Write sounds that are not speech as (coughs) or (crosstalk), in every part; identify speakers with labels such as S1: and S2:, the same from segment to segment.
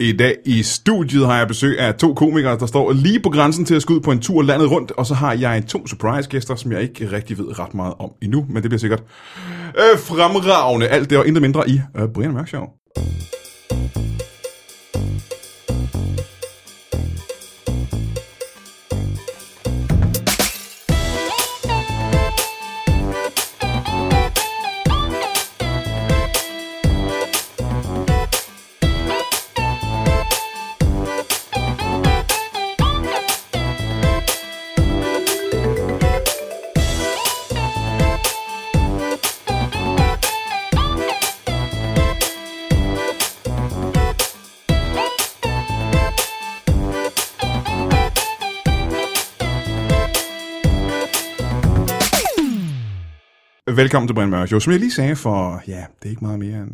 S1: I dag i studiet har jeg besøg af to komikere, der står lige på grænsen til at skulle ud på en tur landet rundt, og så har jeg to surprise-gæster, som jeg ikke rigtig ved ret meget om endnu, men det bliver sikkert øh, fremragende. Alt det og intet mindre i øh, Brian Mørk Show. Velkommen til Brian Mørk Show. Som jeg lige sagde for, ja, det er ikke meget mere end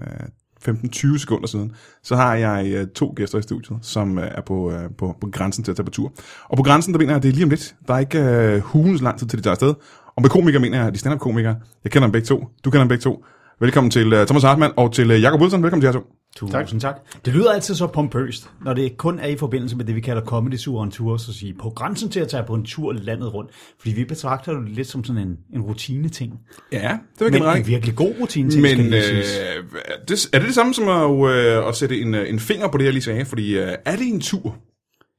S1: øh, 15-20 sekunder siden, så har jeg øh, to gæster i studiet, som øh, er på, øh, på, på grænsen til at tage på tur. Og på grænsen, der mener jeg, at det er lige om lidt. Der er ikke øh, hulens lang tid til, de tager afsted. Og med komikere mener jeg, at de stand-up-komikere. Jeg kender dem begge to. Du kender dem begge to. Velkommen til øh, Thomas Hartmann og til øh, Jakob Wilson. Velkommen til jer to.
S2: Tusind tak. tak. Det lyder altid så pompøst, når det kun er i forbindelse med det, vi kalder Comedy Sur on Tour, så at sige, på grænsen til at tage på en tur landet rundt. Fordi vi betragter det lidt som sådan en, en rutineting.
S1: Ja, det var
S2: Men
S1: generelt.
S2: en virkelig god rutineting, skal
S1: Men øh,
S2: lige siges.
S1: er det- er det det samme som at, øh, at sætte en, øh, en finger på det, jeg lige sagde? Fordi øh, er det en tur?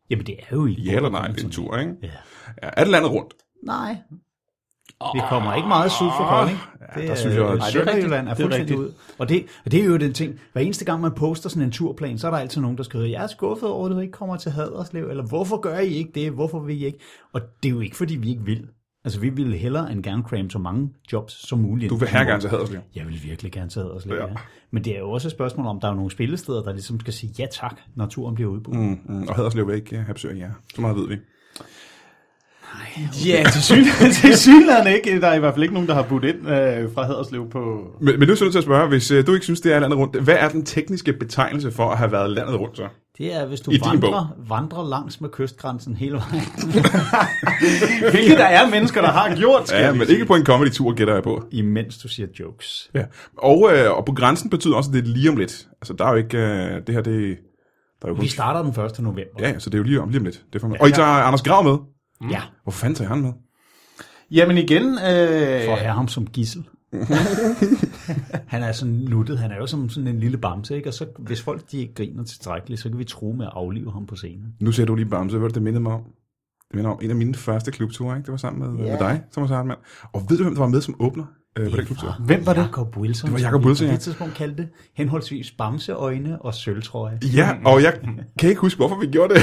S2: Jamen det er jo en
S1: Ja
S2: god
S1: eller nej, det er en
S2: rutineting.
S1: tur, ikke?
S2: Ja.
S1: Ja, er det landet rundt?
S2: Nej. Vi kommer ikke meget syd for Kolding.
S1: der synes jeg, at
S2: nej, det
S1: Sønderjylland
S2: er Sønderjylland er fuldstændig ud. Og det, og det er jo den ting. Hver eneste gang, man poster sådan en turplan, så er der altid nogen, der skriver, jeg er skuffet over, at du ikke kommer til Haderslev, eller hvorfor gør I ikke det, hvorfor vil I ikke? Og det er jo ikke, fordi vi ikke vil. Altså, vi ville hellere end gerne cramme så mange jobs som muligt.
S1: Du vil her gerne til Haderslev.
S2: Jeg vil virkelig gerne til Haderslev,
S1: Ja.
S2: ja. ja. Men det er jo også et spørgsmål om, der er nogle spillesteder, der ligesom skal sige ja tak, når turen bliver udbudt. Mm.
S1: Mm, mm, og Haderslev vil ikke øh, have besøg af jer. Så meget ved vi.
S3: Ja, til (laughs) synligheden, til synligheden ikke. Der er i hvert fald ikke nogen, der har budt ind øh, fra Haderslev på...
S1: Men, men nu er jeg så nødt til at spørge, hvis øh, du ikke synes, det er landet rundt, hvad er den tekniske betegnelse for at have været landet rundt så?
S2: Det er, hvis du
S1: I din
S2: vandrer, vandrer langs med kystgrænsen hele vejen.
S3: (laughs) Hvilket der er mennesker, der har gjort, skal
S1: Ja,
S3: jeg lige
S1: men
S3: sige.
S1: ikke på en comedy-tur, gætter jeg på.
S2: imens du siger jokes.
S1: Ja. Og, øh, og på grænsen betyder også, at det er lige om lidt. Altså, der er jo ikke... Øh, det her, det... Der er jo kun...
S2: Vi starter den 1. november.
S1: Ja, ja, så det er jo lige om, lige om lidt. Det er for mig. Og I tager Anders Grav med.
S2: ja.
S1: Hvor fanden tager I han med?
S3: Jamen igen... Øh,
S2: For at have ham som
S3: (laughs)
S2: gissel. han er sådan nuttet. Han er jo som sådan en lille bamse, ikke? Og så, hvis folk de ikke griner tilstrækkeligt, så kan vi tro med at aflive ham på scenen.
S1: Nu ser du lige Bamse, hvad det mindede mig om. Det minder om en af mine første klubture, ikke? Det var sammen med, yeah. med dig, Thomas Hartmann. Og ved du, hvem der var med som åbner øh, på den klubtur?
S3: Hvem var det?
S2: Ah, Jacob Wilson.
S1: Det var
S2: som
S1: Jacob
S2: vi
S1: Wilson,
S2: På
S1: ja.
S2: det tidspunkt kaldte henholdsvis bamseøjne og sølvtrøje.
S1: Ja, og jeg kan ikke huske, hvorfor vi gjorde det.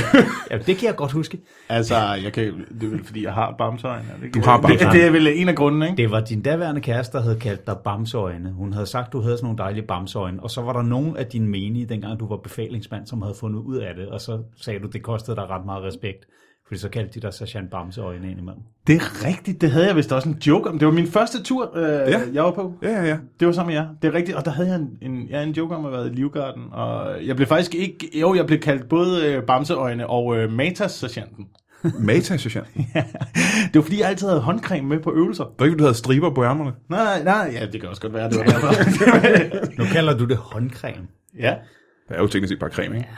S2: Ja, det kan jeg godt huske.
S3: altså, jeg kan, det er vel fordi, jeg har bamseøjne. er det ikke?
S1: Du har
S3: Det,
S1: bamseøjne.
S3: det er vel en af grunden, ikke?
S2: Det var din daværende kæreste, der havde kaldt dig bamseøjne. Hun havde sagt, du havde sådan nogle dejlige bamseøjne. Og så var der nogen af dine menige, dengang du var befalingsmand, som havde fundet ud af det. Og så sagde du, det kostede dig ret meget respekt. Fordi så kaldte de dig Sachan Bamseøjne indimellem.
S3: Det er rigtigt. Det havde jeg vist også en joke om. Det var min første tur, øh, ja. jeg var på.
S1: (laughs) ja, ja, ja.
S3: Det var sammen med jer. Det er rigtigt. Og der havde jeg en, en, jeg havde en joke om at have været i Livgarden. Og jeg blev faktisk ikke... Jo, jeg blev kaldt både øh, bamseøjne og øh, matas-sergeanten.
S1: Mata, Sjøsjan. Det
S3: Det var fordi, jeg altid havde håndcreme med på øvelser.
S1: var ikke, du havde striber på ærmerne.
S3: Nej, nej, ja, det kan også godt være, det var
S2: (laughs)
S3: derfor.
S2: Nu kalder du det håndcreme.
S3: ja.
S1: Det er jo teknisk set bare creme, ikke?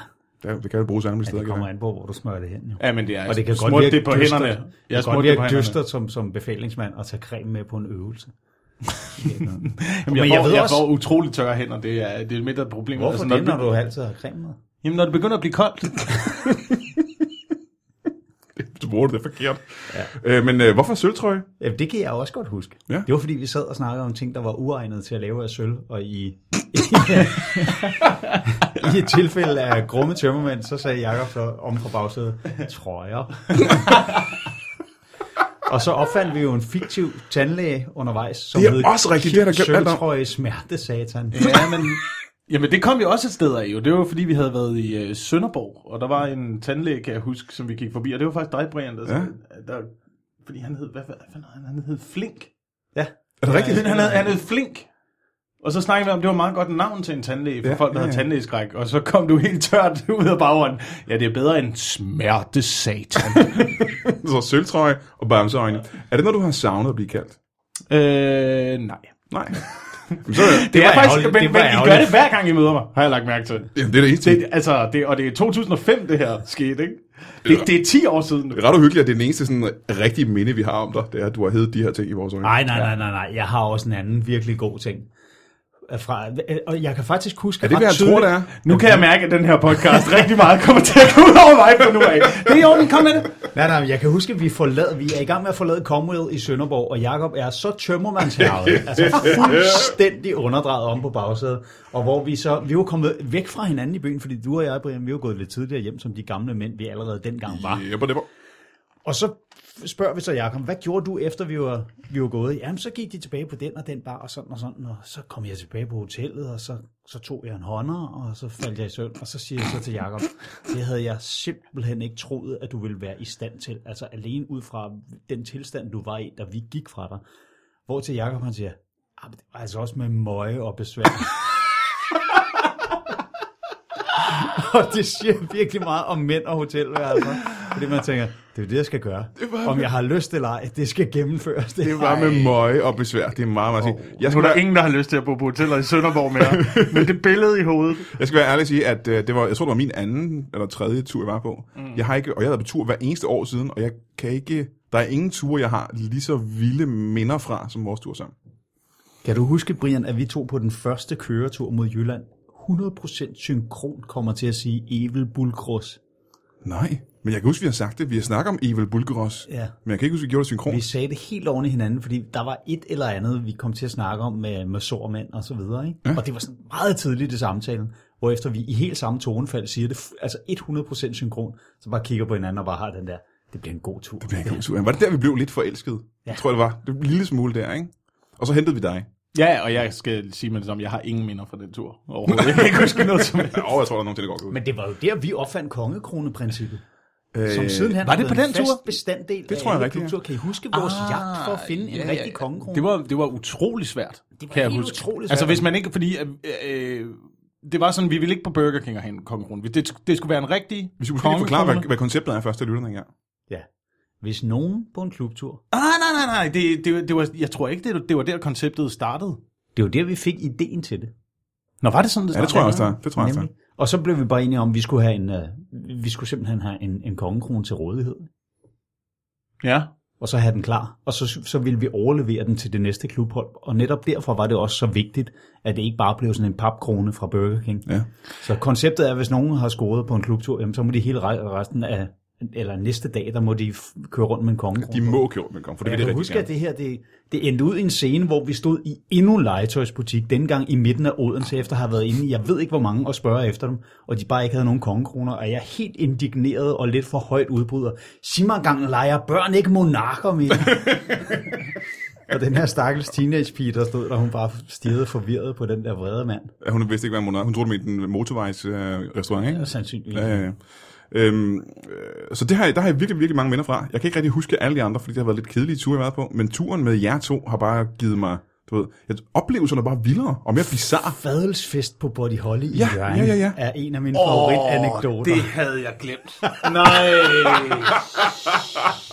S1: Det, er, jo- det kan jo bruges andre
S2: Ja,
S1: steder.
S2: det
S1: kan (laughs)
S2: kommer
S1: Det
S2: an på, hvor du smører det hen. Jo.
S3: ja, men det er
S2: Og det kan
S3: smurt
S2: godt virke
S3: det på
S2: dystert.
S3: hænderne.
S2: Jeg
S3: Jeg
S2: det kan godt
S3: smurt det
S2: virke
S3: på hænderne.
S2: dystert som, som befalingsmand at tage creme med på en
S3: (laughs)
S2: øvelse.
S3: Jamen, jeg,
S2: Men
S3: får,
S2: jeg
S3: jeg,
S2: ved
S3: jeg
S2: også-
S3: får utrolig tørre hænder, det er, det er midt af problemet.
S2: Hvorfor
S3: Altså, når
S2: det, når
S3: det,
S2: du altid har creme med?
S3: Jamen, når det begynder at blive koldt.
S1: Du bruger det forkert. Ja. Øh, men øh, hvorfor sølvtrøje?
S2: Jamen, det kan jeg også godt huske.
S1: Ja.
S2: Det var fordi, vi sad og snakkede om ting, der var uegnet til at lave af sølv, og i, i, (laughs) i et tilfælde af grumme tømmermænd, så sagde Jakob så om fra bagsædet, trøjer. (laughs) og så opfandt vi jo en fiktiv tandlæge undervejs, som
S1: Det er også rigtigt, det har jeg da glemt alt om.
S2: sølvtrøje smerte, satan.
S3: ja, men... Jamen, det kom jo også et sted af, jo. Det var fordi, vi havde været i øh, Sønderborg, og der var en tandlæge, kan jeg huske, som vi gik forbi. Og det var faktisk dig, Brian, der, ja. der fordi han hed, hvad, hvad, hvad han, han hed Flink.
S2: Ja.
S1: Er det rigtigt?
S3: Han, han, hed, han hed Flink. Og så snakkede vi om, det var meget godt navn til en tandlæge, for
S1: Ja,
S3: ja, folk, der
S1: ja,
S3: ja, havde
S1: ja.
S3: tandlægeskræk. Og så kom du helt tørt (laughs) ud af baghånden. Ja, det er bedre end smertesatan.
S1: (laughs)
S3: Øh,
S1: Så sølvtrøje og bamseøjne. Er det noget, du har savnet at blive kaldt?
S3: øh, nej.
S1: Nej. (laughs) Jamen, så, er-
S3: Det, det
S2: var
S3: er faktisk,
S2: ærgerligt. Det
S3: men, det
S2: var
S3: men I gør
S2: ærgerligt.
S3: det hver gang, I møder mig, har jeg lagt mærke til.
S1: jamen, det er det eneste.
S3: Det, altså, det, og det er 2005, det her skete, ikke? Det, det er 10 år siden nu.
S1: Det er ret uhyggeligt, at det er den eneste sådan, rigtige minde, vi har om dig, det er, at du har heddet de her ting i vores øjne.
S2: Nej, nej, nej, nej, nej. Jeg har også en anden virkelig god ting. Fra, og jeg kan faktisk huske
S1: Er det,
S2: ret
S1: hvad jeg tror,
S2: tydeligt-
S1: det er?
S3: Nu kan jeg mærke, at den her podcast rigtig meget kommer til at gå ud over mig på nu af. Det er i orden, kom med det.
S2: Nej, nej, jeg kan huske, at vi, forlad, vi er i gang med at forlade Commonwealth i Sønderborg, og Jakob er så tømmermandshavet, altså fuldstændig underdrejet om på bagsædet, og hvor vi så, vi var kommet væk fra hinanden i byen, fordi du og jeg, Brian, vi var gået lidt tidligere hjem, som de gamle mænd, vi allerede dengang var.
S1: Jepper, det var.
S2: Og så spørger vi så Jakob, hvad gjorde du efter vi var, vi var gået? Jamen, så gik de tilbage på den og den bar og sådan og sådan, og så kom jeg tilbage på hotellet, og så, så tog jeg en hånder, og så faldt jeg i søvn, og så siger jeg så til Jakob, det havde jeg simpelthen ikke troet, at du ville være i stand til, altså alene ud fra den tilstand, du var i, da vi gik fra dig. Hvor til Jakob han siger, "Ah, men det var altså også med møje og besvær. (laughs) og det siger virkelig meget om mænd og hotelværelser. Fordi man tænker, det er det, jeg skal gøre. Om jeg har lyst eller ej, det skal gennemføres. Det,
S1: Det var med møje og besvær. Det er meget, meget oh. Jeg
S3: Nu
S1: skal,
S3: er der
S1: være,
S3: ingen, der har lyst til at bo på hoteller i Sønderborg mere. Men det billede i hovedet.
S1: jeg skal være ærlig og sige, at øh, det var, jeg tror, det var min anden eller tredje tur, jeg var på. Mm. Jeg har ikke, og jeg har været på tur hver eneste år siden, og jeg kan ikke... Der er ingen ture, jeg har lige så vilde minder fra, som vores tur sammen.
S2: Kan du huske, Brian, at vi tog på den første køretur mod Jylland? 100% synkron kommer til at sige Evil Bulkros.
S1: Nej. Men jeg kan huske, vi har sagt det. Vi har snakket om Evil Bulgaros.
S2: Ja.
S1: Men jeg kan ikke huske, vi gjorde det synkron.
S2: Vi sagde det helt oven i hinanden, fordi der var et eller andet, vi kom til at snakke om med, med sormænd og så videre. Ikke? Ja. Og det var sådan meget tidligt i samtalen, hvorefter vi i helt samme tonefald siger det, fu- altså 100% synkron, så bare kigger på hinanden og bare har den der, det bliver en god tur.
S1: Men jeg kan ikke huske- Var det der, vi blev lidt forelsket? Ja. Jeg tror, det var. Det var en lille smule der, ikke? Og så hentede vi dig.
S3: Ja, og jeg skal sige med det samme, jeg har ingen minder fra den tur overhovedet. Jeg kan ikke huske noget som helst.
S1: Ja, og jeg tror, der er nogen til, det går ud.
S2: Men det var jo der, vi opfandt kongekroneprincippet.
S1: Øh,
S2: Som sidenhen
S3: var det
S2: har
S3: på
S2: blevet
S3: den
S2: en fast
S3: tur?
S2: bestanddel
S1: Det tror jeg
S2: alle
S1: rigtigt, ja.
S2: klubture. Kan I huske vores ah, jagt for at finde ja, en rigtig ja, kongekrone?
S3: Det var, det var utrolig svært, det
S2: var
S3: kan jeg
S2: helt
S3: huske.
S2: utrolig svært.
S3: Altså hvis man ikke, fordi... Øh, øh, det var sådan, vi ville ikke på Burger King og have en kongekrone. Det, det skulle være en rigtig
S1: Vi skulle måske lige forklare, hvad, hvad konceptet er først til lytterne engang.
S2: Ja. Hvis nogen på en klubtur...
S3: Ah, nej, nej, nej. Det, det, det var, jeg tror ikke, det, det var der, konceptet startede.
S2: Det var der, vi fik ideen til det.
S3: Nå, var det sådan, det
S1: Ja, det
S3: startede?
S1: tror jeg også, der er. Det tror jeg også, der
S2: Nemlig. Og så blev vi bare enige om, at vi skulle, have en, øh, vi skulle simpelthen have en, en kongekrone til rådighed.
S3: Ja.
S2: Og så have den klar. Og så, så ville vi overlevere den til det næste klubhold. Og netop derfor var det også så vigtigt, at det ikke bare blev sådan en papkrone fra Burger King.
S1: er. Ja.
S2: Så konceptet er, at hvis nogen har scoret på en klubtur, jamen, så må de hele re- resten af, eller næste dag, der må de f- køre rundt med en kongekrone.
S1: De må kjole med kom, for det
S2: Jeg
S1: vil
S2: kan
S1: de
S2: huske,
S1: rigtig
S2: at
S1: gerne.
S2: det her, det, det endte ud i en scene, hvor vi stod i endnu en legetøjsbutik, dengang i midten af Odense, efter at have været inde i, jeg ved ikke hvor mange, og spørge efter dem, og de bare ikke havde nogen kongekroner, og jeg er helt indigneret og lidt for højt udbryder. Sig mig engang, leger børn ikke
S1: (laughs)
S2: monarker med? og den her stakkels teenagepige, der stod der, hun bare stirrede forvirret på den der vrede mand.
S1: At Hun vidste ikke, hvad hun var. Hun troede, det var en motorvejsrestaurant, øh, ikke?
S2: Sandsynligvis.
S1: Ja, ja, ja. Øhm, øh, så det har, jeg- der har jeg virkelig, virkelig mange minder fra. Jeg kan ikke rigtig huske alle de andre, fordi det har været lidt kedelige ture, jeg har været på. Men turen med jer to har bare givet mig, du ved, jeg, oplevelsen er bare vildere og mere bizarre.
S2: Fadelsfest på Body Holly i
S1: Ja,
S2: Hjørring
S1: ja, ja, ja.
S2: er en af mine oh, favoritanekdoter.
S3: det havde jeg glemt.
S1: (laughs)
S3: Nej.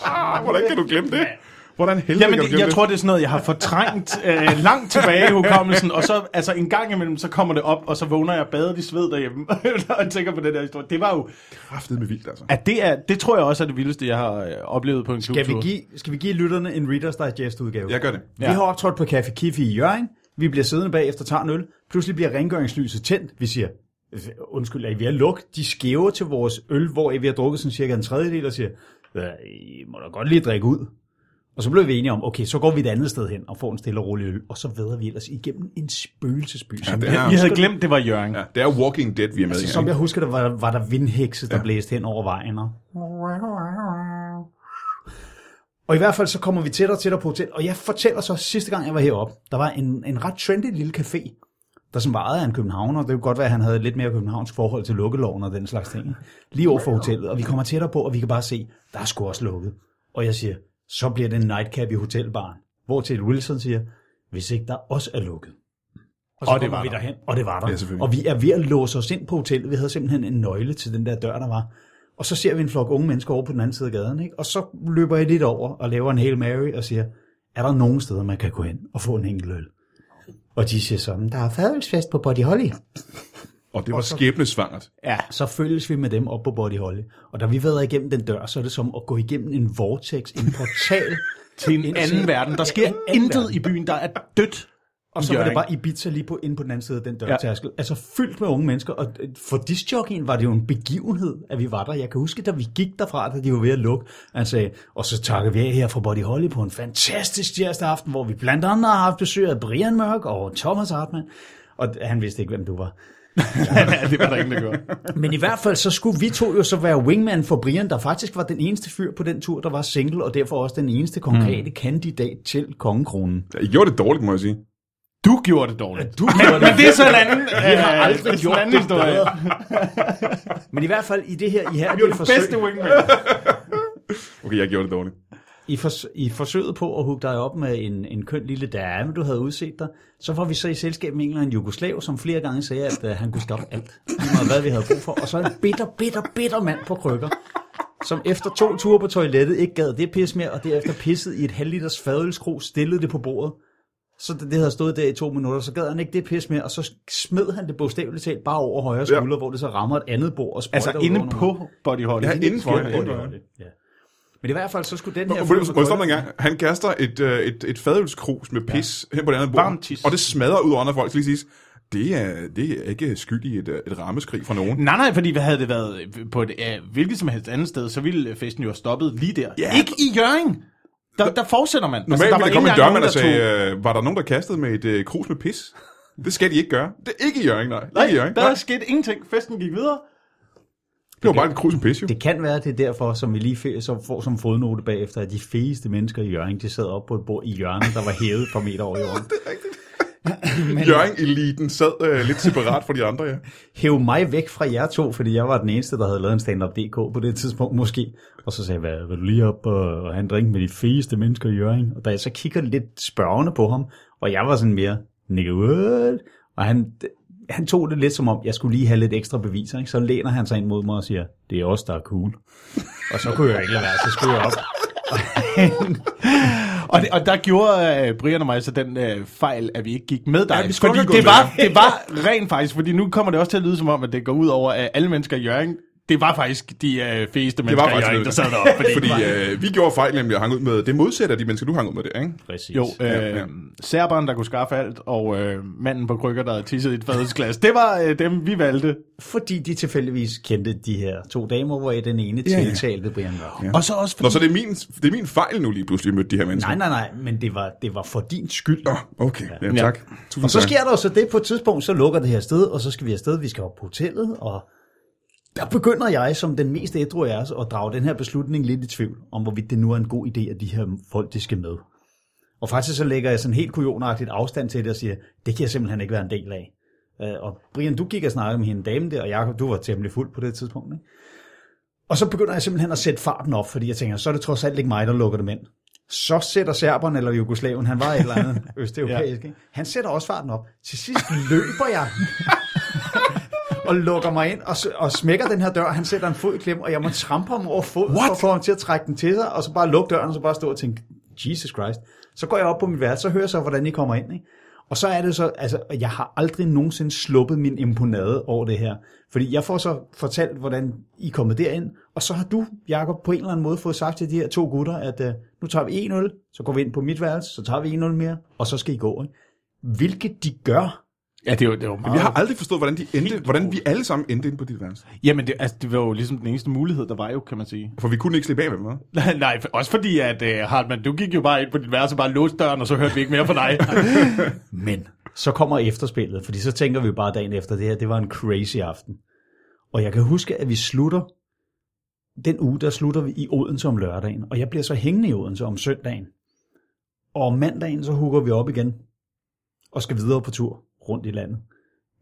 S1: Ah, hvordan kan du glemme det? Hvordan helvede
S3: Jamen,
S1: kan du
S3: det,
S1: glemme
S3: jeg
S1: det?
S3: tror, det er sådan noget, jeg har fortrængt øh, langt tilbage i hukommelsen, og så altså, en gang imellem, så kommer det op, og så vågner jeg badet i sved derhjemme, (laughs) og tænker på den der historie. Det var jo,
S1: Kraftedeme med vildt, altså.
S3: at det, er, det tror jeg også er det vildeste, jeg har øh, oplevet på en klubtur.
S2: Skal vi, give, skal vi give lytterne en Reader's Digest udgave?
S1: Jeg gør det.
S2: Vi har optrådt på Café Kiffi i Jørgen. Vi bliver siddende bagefter, tager en øl. Pludselig bliver rengøringslyset tændt. Vi siger, "Øh, undskyld, er I ved at lukke de skæver til vores øl, hvor I vi har drukket sådan cirka en tredjedel, og siger, "Øh, I må da godt lige drikke ud. Og så blev vi enige om, okay, så går vi et andet sted hen og får en stille og rolig øl, og så væder vi ellers igennem en spøgelsesby. Ja, som
S1: det
S2: jeg
S1: er-
S3: Vi havde glemt, det var Jørgen.
S1: Ja, det er Walking Dead, vi er med
S2: Altså,
S1: i her,
S2: som
S1: ikke?
S2: jeg husker det, var, var der vindhekse, der ja. blæste hen over vejen. Og... og i hvert fald så kommer vi tættere og tættere på hotel, og jeg fortæller så, sidste gang jeg var heroppe, der var en, en ret trendy lille café, der som var ejet af en københavner, det kunne godt være, at han havde et lidt mere københavnsk forhold til lukkeloven og den slags ting, lige over for hotellet, og vi kommer tættere på, og vi kan bare se, der er sgu også lukket. Og jeg siger, så bliver det en nightcap i hotelbaren, hvor til Wilson siger, hvis ikke der også er lukket. Og, så
S3: Og det
S2: kommer
S3: var
S2: vi
S3: der.
S2: derhen, og det var der.
S1: Ja, selvfølgelig.
S2: og vi er ved at låse os ind på hotellet. Vi havde simpelthen en nøgle til den der dør, der var. Og så ser vi en flok unge mennesker over på den anden side af gaden, ikke? og så løber jeg lidt over og laver en Hail Mary og siger, er der nogen steder, man kan gå hen og få en enkelt øl? Og de siger sådan, der er fadølsfest på Body Holly.
S1: Og det var skæbnesvangert.
S2: Ja, så følges vi med dem op på Body Holly. Og da vi vader igennem den dør, så er det som at gå igennem en vortex, en portal.
S3: (laughs) Til en
S2: Ind-
S3: anden verden. Der sker
S2: Ja, en anden
S3: intet
S2: verden.
S3: i byen, der er dødt. (laughs)
S2: og så var det
S3: Hjørring.
S2: bare Ibiza lige på, inde på den anden side af den
S3: Ja.
S2: dørtærskel. Altså fyldt med unge mennesker. Og øh, for discjockeyen var det jo en begivenhed, at vi var der. Jeg kan huske, da vi gik derfra, da de var ved at lukke. Han sagde, og så takker vi af her fra Body Holly på en fantastisk tirsdag aften, hvor vi blandt andet har haft besøg af Brian Mørk og Thomas Hartmann. Og han vidste ikke, hvem du var.
S3: ja, det var der ingen, der gjorde.
S2: Men i hvert fald, så skulle vi to jo så være wingman for Brian, der faktisk var den eneste fyr på den tur, der var single, og derfor også den eneste konkrete mm. kandidat til kongekronen.
S1: Ja, I gjorde det dårligt, må jeg sige.
S3: Du gjorde det dårligt.
S2: Du gjorde
S3: Men det er så en anden,
S2: Vi har aldrig
S3: det er sådan en
S2: gjort
S3: anden
S2: det
S3: historie.
S2: bedre. Men i hvert fald i det her
S3: Vi var
S2: ihærdige
S3: den
S2: forsøg,
S3: bedste wingman.
S1: (laughs) Okay, jeg gjorde det dårligt.
S2: i, fors- i forsøget på at hugge dig op med en, en køn lille dame, du havde udset dig, så var vi så i selskab med en eller anden jugoslav, som flere gange sagde, at uh, han kunne skaffe alt, lige meget hvad vi havde brug for, og så en bitter, bitter, bitter mand på krykker, som efter to ture på toilettet ikke gad det pis mere, og derefter pissede i et halvliters fadølskro, stillede det på bordet, så det, det havde stået der i to minutter, så gad han ikke det pis mere, og så smed han det bogstaveligt talt bare over højre skulder, ja. hvor det så rammer et andet bord og sprøjter
S3: Altså
S2: ud
S3: inde
S2: over nogle-
S3: på Body Holly.
S1: Ja, inde på-
S2: Ja, det var det. Ja. Men i hvert fald, så skulle den her...
S1: Må-
S2: fyr
S1: Må
S2: med
S1: må jeg stoppe
S2: krølle-
S1: en gang? Han kaster et, øh, et, et fadølskrus med pis hen på det andet bord,
S3: Varmt tis.
S1: og det smadrer ud over andre folk, skal lige siges. Det er, det er ikke skyld i et, øh, et rammeskrig fra nogen.
S3: Nej, nej, fordi hvad havde det været på et øh, hvilket som helst andet sted, så ville festen jo have stoppet lige der.
S1: Ja.
S3: Ikke i Jørgen. Der, der fortsætter man.
S1: Normalt altså,
S3: der
S1: ville der komme en
S3: ikke engang
S1: dørmand og
S3: nogen, der
S1: sagde, øh, var der nogen, der kastede med et øh, krus med pis? Det skal de ikke gøre. Det er ikke i Jørgen, nej. nej
S3: tog-
S1: ikke "Øh, i Jørgen.
S3: Nej, der
S1: Nej,
S3: skete ingenting. Festen gik videre.
S1: det var bare et krus med pis, jo.
S2: Det kan være, det er derfor, som vi lige fe- så får som fodnote bagefter, at de fedeste mennesker i Jørgen, de sad op på et bord i hjørnet, der var hævet par meter over jorden.
S3: (laughs)
S1: Jørgen-eliten sad øh, lidt separat fra de andre, ja.
S2: Hæv mig væk fra jer to, fordi jeg var den eneste, der havde lavet en stand-up DK på det tidspunkt måske. Og så sagde jeg, hvad, vil du lige op og, og have en drink med de fedeste mennesker i Jørgen? Og da jeg så kigger lidt spørgende på ham, og jeg var sådan mere, nigga what? Og han, han tog det lidt som om, jeg skulle lige have lidt ekstra beviser, ikke? Så læner han sig ind mod mig og siger, det er os, der er cool. Og så kunne jeg ikke lade være, så skulle jeg op.
S3: Og, det, og der gjorde øh, Brian og mig så den øh, fejl, at vi ikke gik med dig.
S1: Ja, vi skulle
S3: fordi
S1: nok have
S3: det
S1: gået
S3: var, det var rent faktisk, fordi nu kommer det også til at lyde som om, at det går ud over øh, alle mennesker i Jørgen. Det var faktisk de øh, fedeste mennesker i
S1: faktisk
S3: Jørgen,
S1: det.
S3: der sad deroppe. Fordi,
S1: Fordi øh, vi gjorde fejl, nemlig at hang ud med det modsatte af de mennesker, du hang ud med det, ikke?
S2: Præcis.
S3: Jo, øh,
S1: Ja, ja.
S3: serberen, der kunne skaffe alt, og øh, manden på krykker, der havde tisset i et fadelsglas. Det var øh, dem, vi valgte.
S2: Fordi de tilfældigvis kendte de her to damer, hvor den ene
S1: ja.
S2: tiltalte Brian Mørk. Ja.
S3: Og så også
S1: Nå, så det er min, det er min fejl nu lige pludselig at møde de her mennesker.
S2: Nej, nej, nej, men det var, det var for din skyld.
S1: Nå, okay. Ja, tak. Tusind
S2: Og så
S1: tak.
S2: sker der jo så det på et tidspunkt, så lukker det her sted, og så skal vi afsted, vi skal op på hotellet, og der begynder jeg som den mest ædru af os at drage den her beslutning lidt i tvivl, om hvorvidt det nu er en god idé, at de her folk, de skal med. Og faktisk så lægger jeg sådan helt kujonagtigt afstand til det og siger, det kan jeg simpelthen ikke være en del af. Øh, Og Brian, du gik og snakkede med hende dame der, og Jacob, du var temmelig fuld på det tidspunkt. Ikke? Og så begynder jeg simpelthen at sætte farten op, fordi jeg tænker, så er det trods alt ikke mig, der lukker dem ind. Så sætter serberen eller jugoslaven, han var et eller andet østeuropæisk, ja. han sætter også farten op. Til sidst løber jeg og lukker mig ind og, s- og smækker den her dør. Han sætter en fod i klem, og jeg må trampe ham over foden What? for at få ham til at trække den til sig, og så bare lukke døren og så bare stå og tænke, Jesus Christ. Så går jeg op på mit værelse, så hører jeg så, hvordan I kommer ind. Ikke? Og så er det så, altså, og jeg har aldrig nogensinde sluppet min imponade over det her. Fordi jeg får så fortalt, hvordan I er kommet derind, og så har du, Jakob, på en eller anden måde fået sagt til de her to gutter, at uh, nu tager vi 1-0, så går vi ind på mit værelse, så tager vi 1-0 mere, og så skal I gå. Ikke? Hvilket de gør.
S3: Ja, det var, det var meget...
S1: Jeg har aldrig forstået, hvordan, de endte, hvordan vi alle sammen endte inde på dit værelse.
S3: Jamen, det, altså, det var jo ligesom den eneste mulighed, der var jo, kan man sige.
S1: For vi kunne ikke slippe af med dem, hva'?
S3: (laughs) Nej, for, også fordi, at øh, Hartmann, du gik jo bare ind på dit værelse, bare låste døren, og så hørte vi ikke mere fra (laughs) dig.
S2: Men så kommer efterspillet, fordi så tænker vi bare dagen efter det her, det var en crazy aften. Og jeg kan huske, at vi slutter, den uge, der slutter vi i Odense om lørdagen, og jeg bliver så hængende i Odense om søndagen. Og om mandagen, så hugger vi op igen, og skal videre på tur rundt i landet.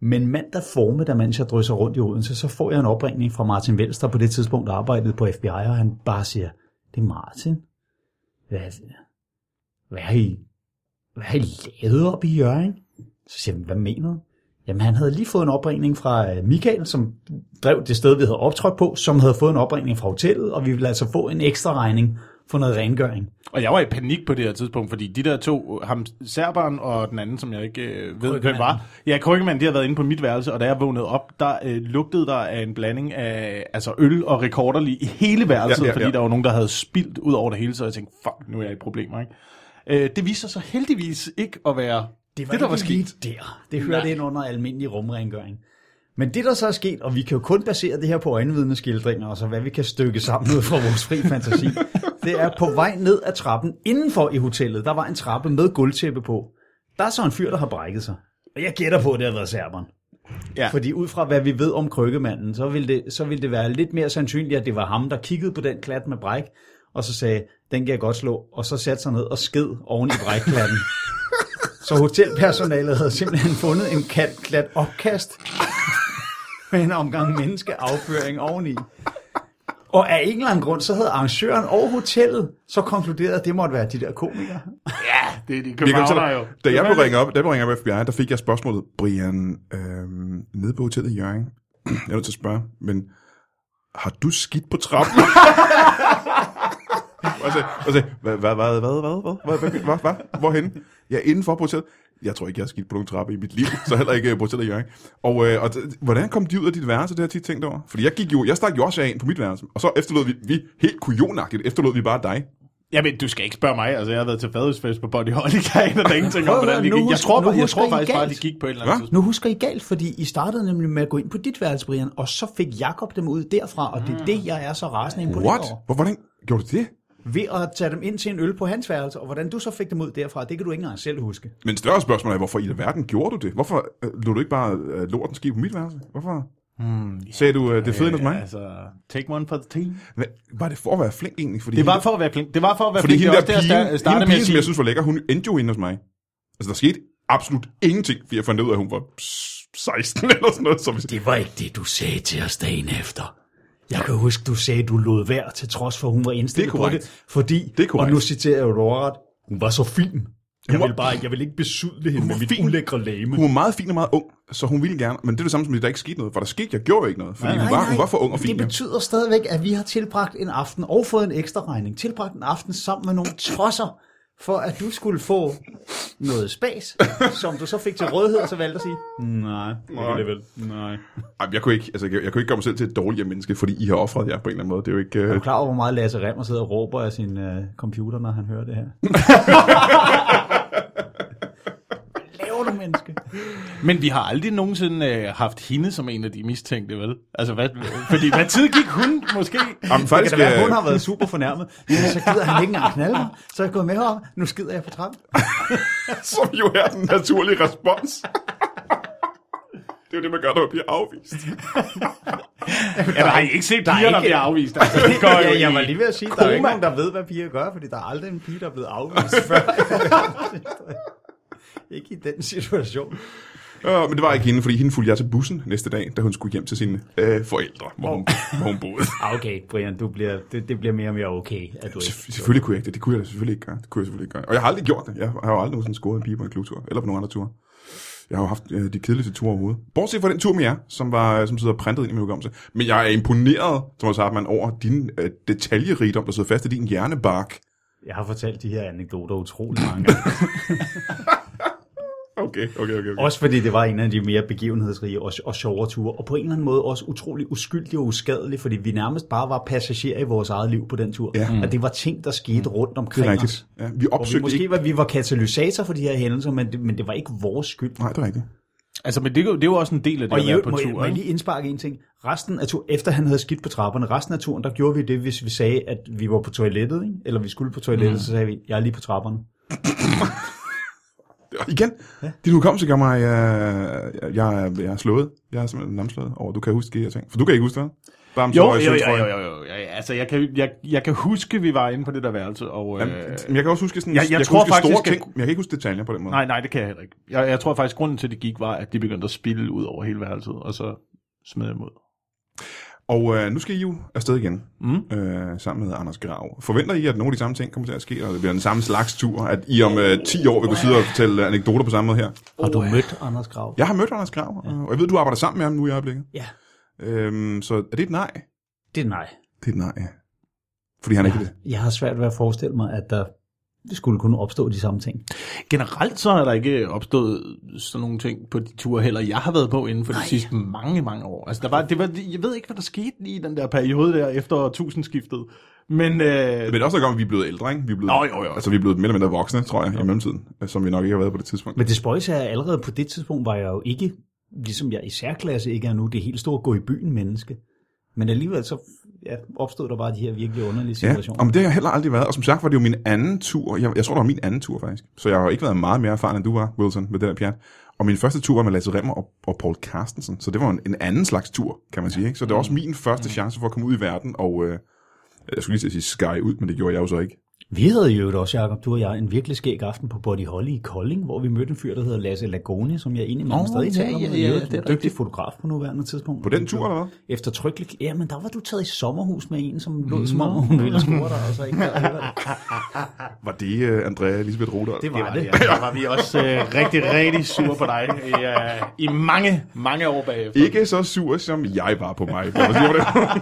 S2: Men mandag formiddag, mens jeg drysser rundt i Odense, så får jeg en opringning fra Martin Vels, der på det tidspunkt arbejdede på FBI, og han bare siger, det er Martin. Hvad, hvad har I hvad har I lavet op i Jørgen? Så siger han, hvad mener du? Jamen, han havde lige fået en opringning fra øh, Michael, som drev det sted, vi havde optrådt på, som havde fået en opringning fra hotellet, og vi ville altså få en ekstra regning for noget rengøring.
S3: Og jeg var i panik på det her tidspunkt, fordi de der to, ham serberen og den anden, som jeg ikke øh, ved, hvem var. Ja, Krykkemanden, de har været inde på mit værelse, og da jeg vågnede op, der øh, lugtede der af en blanding af altså øl og rekorderlig i hele værelset,
S1: Ja, ja,
S3: ja, ja, fordi
S1: ja.
S3: der var nogen, der havde spildt ud over det hele, så jeg tænkte, fuck, nu er jeg i problemer, ikke? Øh, det viser sig heldigvis ikke at være det, det der var
S2: ikke
S3: sket.
S2: lige der. Det hørte
S3: Nej.
S2: ind under almindelig rumrengøring. Men det, der så er sket, og vi kan jo kun basere det her på øjenvidende skildringer, og så hvad vi kan stykke sammen ud fra vores fri
S3: (laughs)
S2: fantasi, det er på vej ned ad trappen indenfor i hotellet. Der var en trappe med gulvtæppe på. Der er så en fyr, der har brækket sig. Og jeg gætter på, at det har været serberen.
S3: Ja.
S2: Fordi ud fra hvad vi ved om krykkemanden, så ville, det, så ville det være lidt mere sandsynligt, at det var ham, der kiggede på den klat med bræk, og så sagde, den kan jeg godt slå, og så satte sig ned og sked oven i
S3: (laughs)
S2: brækklatten. Så hotelpersonalet havde simpelthen fundet en kant klat opkast med en omgang menneskeafføring oveni. Og af en eller anden grund, så havde arrangøren og hotellet så konkluderet, at det måtte være de der komikere.
S3: Ja, det er de
S1: Vi kan
S3: københavnere jo.
S1: jo. Da jeg blev ringet op, da jeg blev ringet op af FBI, der fik jeg spørgsmålet, Brian, øh, nede på hotellet i Jørgen, (clears throat) jeg er nødt til at spørge, men har du skidt på trappen? (laughs) og så, og så, hvad, hvad, hvad, hvad, hvad, hvad, hvad, hvad, hvad, hvad, hvorhen? Jeg er indenfor på hotellet. Jeg tror ikke, jeg har skidt på nogen trappe i mit liv, så heller ikke øh, på hotellet i Jørgen. Og, øh, og d- hvordan kom de ud af dit værelse, det har jeg tit tænkt over? Fordi jeg, gik jo, jeg stak jo også af ind på mit værelse, og så efterlod vi, vi helt kujonagtigt, efterlod vi bare dig.
S3: Jamen, du skal ikke spørge mig. Altså, jeg har været til fadøsfest på Body Holly, (laughs) der er en, der ikke tænker
S2: Prøv
S3: om,
S2: at høre,
S3: hvordan de
S2: nu
S3: gik. Jeg
S2: husker-
S3: tror,
S2: nu
S3: bare, jeg
S2: husker
S3: tror
S2: I
S3: faktisk bare, de
S2: galt.
S3: gik på et eller andet
S1: Hva?
S3: tidspunkt.
S2: Nu husker I galt, fordi I startede nemlig med at gå ind på dit værelse, Brian, og så fik Jakob dem ud derfra, og det er det, jeg er så rasende imponeret
S1: What?
S2: over.
S1: Hvor, hvordan gjorde du det?
S2: Ved at tage dem ind til en øl på hans værelse, og hvordan du så fik dem ud derfra, det kan du ikke engang selv huske.
S1: Men større spørgsmål er, hvorfor i verden gjorde du det? Hvorfor øh, lod du ikke bare øh, lorten ske på mit værelse? Hvorfor hmm, sagde du, øh, det er fedt hos mig?
S3: Altså, take one for the team.
S1: Hvad, var det for at være flink egentlig? Fordi
S3: Det var
S1: hende-
S3: for at være flink. Det var for at være
S1: fordi
S3: flink.
S1: hende
S3: Det er
S1: der
S3: også det,
S1: pige,
S3: jeg sta-
S1: hende
S3: startede med
S1: pige
S3: at
S1: som
S3: sige.
S1: jeg synes var lækker, hun endte jo inde hos mig. Altså, der skete absolut ingenting, fordi jeg fandt ud af, at hun var 16 (laughs) eller sådan noget. Så hvis,
S2: Det var ikke det, du sagde til os dagen efter. Jeg kan huske, du sagde, du lod værd, til trods for, at hun var indstillet
S1: Det er
S2: på
S1: korrekt.
S2: det. Fordi,
S1: Det er korrekt.
S2: og nu citerer jeg jo ordret, hun var så fin. Jeg
S1: var-
S2: vil bare jeg vil ikke besudle hende
S1: Hun
S2: med
S1: var
S2: mit
S1: fin.
S2: ulækre lame.
S1: hun var meget fin og meget ung, så hun ville gerne. Men det er det samme som, at der ikke skete noget. For der skete, jeg gjorde ikke noget. Fordi
S3: Nej,
S1: hun, var, hun var for ung og fin.
S2: Det
S1: jo.
S2: betyder stadigvæk, at vi har tilbragt en aften og fået en ekstra regning. Tilbragt en aften sammen med nogle trosser, for at du skulle få noget spas, som du så fik til rådighed, og så valgte at sige, nej, det
S1: Nej.
S2: kan det vel. Nej.
S1: Ej, jeg, kunne ikke, altså, jeg, jeg kunne ikke gøre mig selv til et dårligere menneske, fordi I har offret jer på en eller anden måde. Det er jo ikke...
S2: Er
S1: Øh,
S2: du klar over, hvor meget Lasse Remmer sidder og råber af sin øh, computer, når han hører det
S3: (laughs)
S2: her? Hvad laver du, menneske?
S3: Men vi har aldrig nogensinde øh, haft hende som en af de mistænkte, vel? Altså, hvad, fordi hvad tid gik hun måske?
S1: jamen,
S2: Det
S1: faktisk,
S2: kan da være,
S1: øh,
S2: hun har været super fornærmet, men så gider han ikke engang knalde mig. Så er jeg gået med herop, nu skider jeg på
S3: (laughs)
S2: trappen.
S1: som jo er den naturlige respons. (laughs) det er jo det, man gør, når man bliver afvist.
S3: Jeg har I ikke set
S2: der er
S3: piger, der
S2: ikke-
S3: bliver afvist. Altså, det går jo
S2: (laughs) Ja, jeg
S3: i-
S2: var lige ved at sige, der er jo ikke
S3: koma.
S2: nogen, der ved, hvad piger gør, fordi der er aldrig en pige, der er blevet afvist før. (laughs) ikke i den situation.
S1: Øh, men det var ikke hende, fordi hende fulgte jeg til bussen næste dag, da hun skulle hjem til sine øh, forældre, hvor hun, hvor hun boede.
S2: Ah, Okay, Brian, du bliver, det, det bliver mere og mere okay, at du ikke
S1: Selvfø-
S3: (laughs)
S1: Selvfølgelig kunne jeg ikke det. Det kunne jeg da selvfølgelig ikke gøre. Det kunne jeg selvfølgelig ikke gøre. Og jeg har aldrig gjort det. Jeg har jo aldrig nogensinde scoret en pige på en klubtur, eller på nogen andre ture. Jeg har jo haft øh, de kedeligste ture overhovedet. Bortset fra den tur med jer, som, var, øh, som sidder printet ind i min hukommelse. Men jeg er imponeret, Thomas Hartmann, over din øh, detaljerigdom, der sidder fast i din hjernebark.
S2: Jeg har fortalt de her anekdoter utrolig mange gange.
S1: Okay, okay, okay. okay.
S2: Også fordi det var en af de mere begivenhedsrige og, og sjovere ture, og på en eller anden måde også utrolig uskyldig og uskadelig, fordi vi nærmest bare var passagerer i vores eget liv på den tur.
S1: Ja.
S2: Og det var ting, der skete rundt
S1: Det
S2: omkring
S1: er
S2: os.
S1: rigtigt. Ja, vi
S2: Og vi
S1: opsøgte
S2: måske
S1: ikke...
S2: var, vi var katalysator for de her hændelser, men det, men det var ikke vores skyld.
S1: Nej, det er rigtigt.
S3: Altså, men det, er jo- det er jo også en del af det
S2: Og
S3: at
S2: i
S3: være
S2: øvrigt,
S3: på
S2: må, jeg,
S3: tur.
S2: må jeg
S3: ikke?
S2: lige indsparke en ting? Resten af turen, efter han havde skidt på trapperne, resten af turen, der gjorde vi det, hvis vi sagde, at vi var på toilettet, ikke? eller vi skulle på toilettet, mm. så sagde vi, jeg er lige på trapperne.
S1: Og igen, ja. din hukommelse gør mig, øh, jeg, jeg, jeg er slået. Jeg er simpelthen lamslået over, du kan huske de her ting. For du kan ikke huske det, vel? Bamse,
S3: Jo,
S1: Øje,
S3: jo, jo,
S1: Sølvtrøje.
S3: jo, jo, jo. Ja, ja, Altså, jeg kan, jeg, jeg kan huske, vi var inde på det der værelse, og...
S1: Jamen,
S3: øh,
S1: men jeg kan også huske sådan,
S3: jeg- jeg
S1: kan
S3: tror
S1: huske
S3: faktisk,
S1: store
S3: jeg-
S1: ting, men jeg kan ikke huske detaljer på den måde.
S3: Nej, nej, det kan jeg heller ikke. Jeg, jeg tror faktisk, grunden til, at det gik, var, at de begyndte at spille ud over hele værelset, og så smed jeg mod.
S1: Og øh, nu skal I jo afsted igen, mm. øh, sammen med Anders Grav. Forventer I, at nogle af de samme ting kommer til at ske, eller det bliver den samme slags tur, at I om øh, 10 år vil kunne sidde og fortælle anekdoter på samme måde her?
S2: Har du mødt Anders Grav?
S1: Jeg har mødt Anders Grav, ja. og jeg ved, du arbejder sammen med ham nu i øjeblikket.
S2: ja.
S1: Øhm, så er det et nej?
S2: Det er nej.
S1: Det er et nej, ja. fordi han ja. ikke vil det.
S2: Jeg har svært ved at forestille mig, at der skulle kunne opstå de samme ting.
S3: Generelt så er der ikke opstået sådan nogle ting på de ture heller, jeg har været på inden for de sidste mange, mange år. Altså, der var, det var, jeg ved ikke, hvad der skete lige i den der periode der efter tusindskiftet. Men, øh,
S1: Men det er også noget om, at vi er blevet ældre, ikke? Vi er blevet,
S3: Nå, jo, jo.
S1: Altså, vi er blevet mere eller mindre voksne, tror jeg, i mellemtiden, øh, som vi nok ikke har været på det tidspunkt.
S2: Men det spøjs er, at allerede på det tidspunkt var jeg jo ikke, ligesom jeg i særklasse ikke er nu, det helt store gå i byen menneske. Men alligevel så ja, opstod der bare de her virkelig underlige
S1: Ja,
S2: situationer.
S1: om det har jeg heller aldrig været. Og som sagt var det jo min anden tur. Jeg, jeg tror, det var min anden tur, faktisk. Så jeg har jo ikke været meget mere erfaren, end du var, Wilson, med det der pjat. Og min første tur var med Lasse Remmer og, og Paul Carstensen. Så det var en, en anden slags tur, kan man sige. Ikke? Så det var
S3: Mm.
S1: også min første chance for at komme ud i verden. Og øh, jeg skulle lige til at sige sky ud, men det gjorde jeg jo så ikke.
S2: Vi havde jo det også, Jacob, du og jeg, en virkelig skæg aften på Body Holly i Kolding, hvor vi mødte en fyr, der hedder Lasse Lagone, som jeg egentlig
S3: Nå,
S2: oh, stadig
S3: ja,
S2: taler
S3: ja,
S2: med.
S3: ja,
S2: Jeg er
S3: det er
S2: en dygtig
S3: rigtigt.
S2: fotograf på nuværende tidspunkt.
S1: På
S3: Mm.
S1: den tur, eller hvad?
S2: Eftertrykkeligt. Ja, men der var du taget i sommerhus med en, som lød som om, hun ville score dig, og så ikke gad alligevel.
S1: Var det øh, Andrea Elisabeth Rodahl?
S2: Det var det.
S3: Ja, der var vi også øh, rigtig, rigtig sure på dig i, øh, i mange, mange år bagefter.
S1: Ikke så sur, som jeg var på mig. Kan man sige det? (laughs)